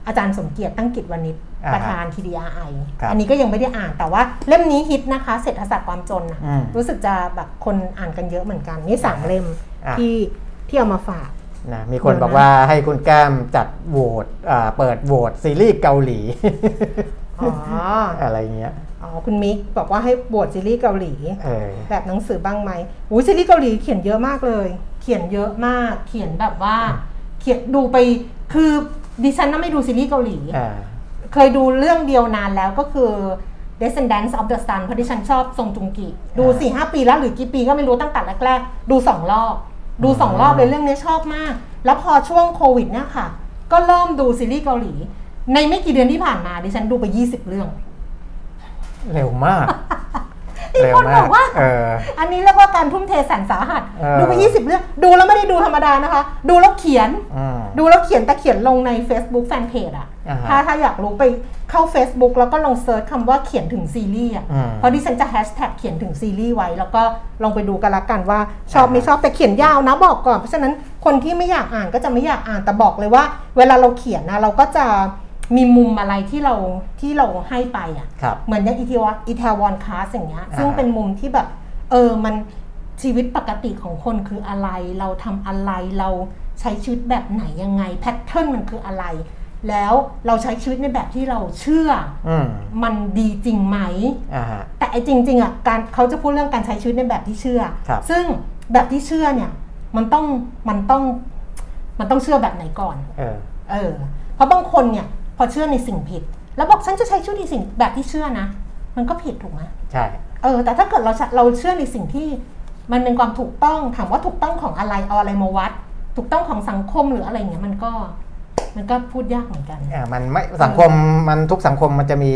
อาจารย์สมเกียรติตั้งกิจวณิชประธาน TDRI
ครับ
อันนี้ก็ยังไม่ได้อ่านแต่ว่าเล่มนี้ฮิตนะคะ เศรษฐศาสตร์ความจนนะ
อืม
รู้สึกจะแบบคนอ่านกันเยอะเหมือนกันนี่สามเล่ม
อ่ะ
ที่ที่เอามาฝาก
นะมีคนบอกว่าให้คุณแก้มจัดโหวตอ่าเปิดโหวตซีรีส์เกาหลี *laughs*
อ๋อ
อะไรเงี้ย
อ๋อคุณมิกบอกว่าให้บวชซีรีส์เกาหลี
เออ
แบบหนังสือบ้างไหมโอ้ยซีรีส์เกาหลีเขียนเยอะมากเลย เขียนเยอะมาก เขียนแบบว่า เขียนดูไป คือดิฉันน่ะไม่ดูซีรีส์เกาหลี
อ่า
เคยดูเรื่องเดียวนานแล้วก็คือ Descendants of the Sun เพราะดิฉันชอบทรงจุงกิ ดู
อ่า
4ี่หปีแล้วหรือกี่ปีก็ไม่รู้ตั้งแต่แรกๆ ดูสองรอบ ดูสองรอบเลยเรื่องนี้ชอบมาก แล้วพอช่วงโควิดเนี่ยค่ะ ก็เริ่มดูซีรีส์เกาหลี ในไม่กี่เดือนที่ผ่านมาดิฉันดูไป 20 เรื่อง
เร็ว
*laughs*
มาก
อีกคนบอกว่า
เออ
อันนี้เรียกว่าการทุ่มเทแสนสาหัส
เออ
ดูไป 20 เรื่อง ดูแล้วไม่ได้ดูธรรมดานะคะ ดูแล้วเขียน
อืม
ดูแล้วเขียนแต่เขียนลงใน Facebook Fanpage อะ
อ่าฮะ
ถ้าถ้าอยากรู้ไปเข้า Facebook แล้วก็ลองเซิร์ชคำว่าเขียนถึงซีรีส์อะ
อืม
เพราะดิฉันจะแฮชแท็กเขียนถึงซีรีส์ไว้ แล้วก็ลองไปดูกันละกันว่าชอบ
อ่าฮะ
ไม่ชอบแต่เขียนยาวนะบอกก่อน เพราะฉะนั้นคนที่ไม่อยากอ่านก็จะไม่อยากอ่านแต่บอกเลยว่า เวลาเราเขียนนะเราก็จะมีมุมอะไรที่เราที่เราให้ไปอะ
ครับ
เหมือนอย่างอีทวอีทวอนคาสอย่างเงี้ย
อ่า
ซึ่งเป็นมุมที่แบบเออมันชีวิตปกติของคนคืออะไร เราทำอะไรเราใช้ชีวิตแบบไหนยังไงแพทเทิร์นมันคืออะไร แล้วเราใช้ชีวิตในแบบที่เราเชื่อ
ืม
มันดีจริงไหม
อ่าฮะ
แต่ไอ้จริงๆอ่ะการเขาจะพูดเรื่องการใช้ชีวิตในแบบที่เชื่อ
ครับ
ซึ่งแบบที่เชื่อเนี่ยมันต้องมันต้องมันต้องเชื่อแบบไหนก่อน
เออ
เออเพราะบางคนเนี่ยพอเชื่อในสิ่งผิด แล้วบอกฉันจะใช้ชีวิตในสิ่งแบบที่เชื่อนะ มันก็ผิดถูกไหม
ใช่
เออ แต่ถ้าเกิดเราเราเชื่อในสิ่งที่มันเป็นความถูกต้องถามว่าถูกต้องของอะไรเอาอะไรมาวัด ถูกต้องของสังคมหรืออะไรเงี้ยมันก็ มันก็พูดยากเหมือนกัน
อ่ามันไม่สังคมมันทุกสังคมมันจะมี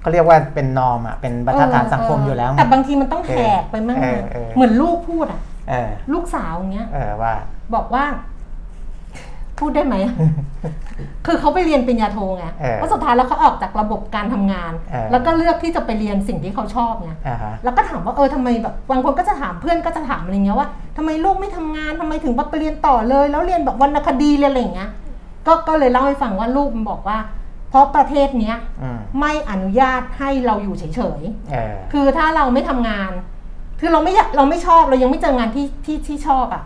เขาเรียกว่าเป็นนอมอ่ะเป็นบรรทัดฐานสังคมอยู่แล้วไง
แต่บางทีมันต้องแหกไปมั่ง
เอ
นะ
อเออ
เหมือนลูกพูดอ่ะ
เออ
ลูกสาวอย่างเงี้ย
เออว่า
บอกว่า พูดได้ไหม
*laughs*
คือเขาไปเรียนปริญญาโทไง
เออ
แล้วสุดท้ายแล้วเขาออกจากระบบการทำงาน
เออ
แล้วก็เลือกที่จะไปเรียนสิ่งที่เขาชอบไง
อ่าฮะ
แล้วก็ถามว่าเออทำไมแบบบางคนก็จะถามเพื่อนก็จะถามอะไรเงี้ยว่าทำไมลูกไม่ทำงานทำไมถึงแบบไปเรียนต่อเลย แล้วเรียนแบบวรรณคดีเรียนอะไรอย่างเงี้ย ก็ก็เลยเล่าให้ฟังว่าลูกมันบอกว่า เพราะประเทศเนี้ย
อืม
ไม่อนุญาตให้เราอยู่เฉยๆ
เออ
คือถ้าเราไม่ทำงาน คือเราไม่อยากเราไม่ชอบเรายังไม่เจองานที่ที่ที่ชอบอะ่ะ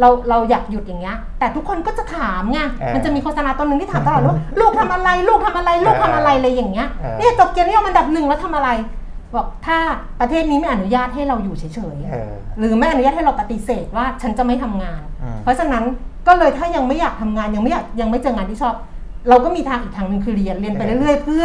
เราเราอยากหยุดอย่างเงี้ย แต่ทุกคนก็จะถามไง
เออ
มันจะมีโฆษณาตัวหนึ่งที่ถามตลอด
*laughs*
ว่าลูกทำอะไร ลูกทำอะไร ลูกทำอะไรอะไรอย่างเงี้ย
เออ
เนี่ยจบเกียรตินิยมอันดับหนึ่งแล้วทำอะไร บอกถ้าประเทศนี้ไม่อนุญาตให้เราอยู่เฉยๆ
เออ
หรือไม่อนุญาตให้เราปฏิเสธว่าฉันจะไม่ทำงาน
อืม
เพราะฉะนั้นก็เลยถ้ายังไม่อยากทำงานยังไม่อยากยังไม่เจองานที่ชอบ เราก็มีทางอีกทางหนึ่งคือเรียนเรียนไปเรื่อยๆ เพื่อ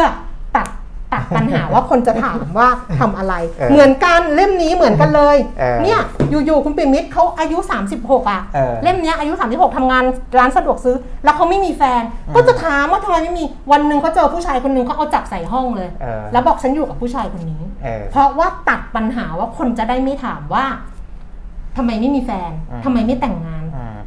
ตัดตัดปัญหาว่าคนจะถาม
*laughs*
ว่าทำอะไร
เออ
เหมือนกันเล่มนี้เหมือนกันเลย
เออ
เนี่ยอยู่ๆคุณปิยมิตรเขาอายุ 36อ่ะ
เออ
เล่มเนี้ยอายุ 36ทำงานร้านสะดวกซื้อ แล้วเขาไม่มีแฟน ก็จะถามว่าทำไมไม่มีวันหนึ่งเขาเจอผู้ชายคนหนึ่งเขาเอาจับใส่ห้องเลย
เออ
แล้วบอกฉันอยู่กับผู้ชายคนนี้
เออ
เพราะว่าตัดปัญหาว่าคนจะได้ไม่ถามว่าทำไมไม่มีแฟน
อืม
ทำไมไม่แต่งงาน
อืม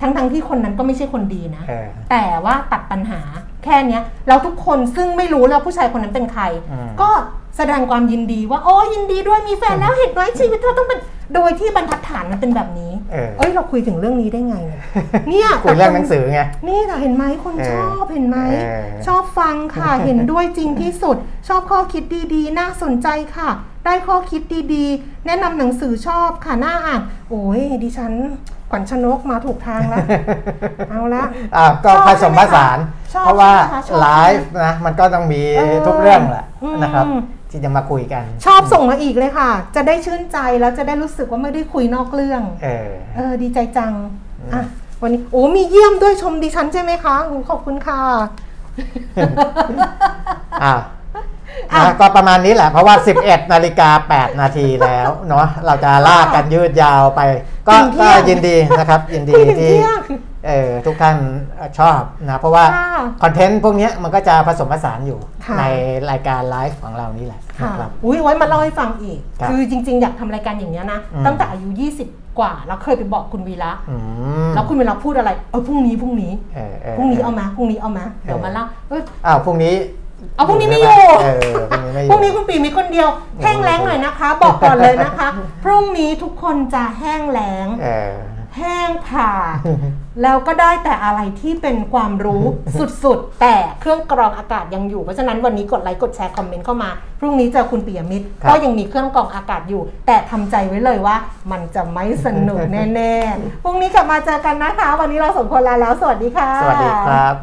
ทั้งๆที่คนนั้นก็ไม่ใช่คนดีนะ
เออ
แต่ว่าตัดปัญหาแค่เนี้ยเราทุกคนซึ่งไม่รู้แล้วผู้ชายคนนั้นเป็นใคร
อืม
ก็แสดงความยินดีว่า โอ้ยินดีด้วยมีแฟนแล้วเห็นไหมชีวิตเธอต้องเป็นโดยที่บรรทัดฐานมันเป็นแบบนี้
เออ
เอ้ยเราคุยถึงเรื่องนี้ได้ไงเนี่ยเนี่ย
คุยเรื่องหนังสือไง
นี่เราเห็นไหมคน
เออ
ชอบเห็นไหม
เออ
ชอบฟัง
*laughs*
ค่ะ เห็นด้วยจริงที่สุด ชอบข้อคิดดีๆ น่าสนใจค่ะ ได้ข้อคิดดีๆ แนะนำหนังสือชอบค่ะน่าอ่านโอ้ยดิฉันขวัญชนกมาถูกทาง
*laughs*
แล้ว เอาละ
อ่าก็ผสมผสาน
ชอบ
เพราะว่า
ใช่ไหมคะชอบ
ไลฟ์นะ มันก็ต้องมี
เออ
ทุกเรื่องแหละ
อืม
นะครับ ที่จะมาคุยกัน
ชอบส่งมาอีกเลยค่ะ จะได้ชื่นใจแล้วจะได้รู้สึกว่าไม่ได้คุยนอกเรื่อง
เออ
เออดีใจจังอ่ะวันนี้โอ้มีเยี่ยมด้วยชมดิฉันใช่ไหมคะโอ้ขอบคุณค่ะ
อ่า
อ่ะ
นะก็ประมาณนี้แหละ เพราะว่า 11 นาฬิกา 8 นาทีแล้วเนาะ เราจะลากกันยืดยาวไป ก็
ถึงเที่
ก็
ยง
ยินดีนะครับ ยินดี
คุยถึง
ที่
เที่ยง
เออทุกท่านชอบนะ เพราะว่า
ค่ะ
คอนเทนต์พวกเนี้ยมันก็จะผสมผสานอยู่
ค่ะ
ในรายการไลฟ์ของเรานี่แหละ
ค่ะ
นะครับ
อุ้ยไว้มาเล่าให้ฟังอีก
ครับ
คือจริง ๆ อยากทำรายการอย่างเงี้ยนะ
อืม
ตั้งแต่อายุ 20 กว่า แล้วเคยไปบอกคุณวีระ
อืม
แล้วคุณวีระพูดอะไร เออพรุ่งนี้พรุ่งนี้
เออเออ
พรุ่งนี้เอามาพรุ่งนี้เอามาเดี๋ยวมาเล่าเอ้ย
อ้าวพรุ่งนี้
เอาพรุ่งนี้ไม่อ
ใช่
ยู่
หเออพรุ่งนี้
พรุ่งนี้
ไม่อยู่
คุณปีมีคนเดียว แห้งแล้งหน่อยนะคะ บอกก่อนเลยนะคะ
*laughs*
พรุ่งนี้ทุกคนจะแห้งแล้ง
เออ
แห้ง *laughs* ผ่ากแล้วก็ได้แต่อะไรที่เป็นความรู้ *laughs* สุดๆ แต่เครื่องกรองอากาศยังอยู่ เพราะฉะนั้นวันนี้กดไลค์กดแชร์คอมเมนต์เข้ามา พรุ่งนี้เจอคุณปิยมิตร
ครับ
ก็ยังมีเครื่องกรองอากาศอยู่ แต่ทำใจไว้เลยว่า มันจะไม่ส *laughs* นุกแน่ๆ พรุ่งนี้กลับมาเจอกันนะคะ วันนี้เราสองคนลาแล้ว สวัสดีค่ะ
สวัสดีครับ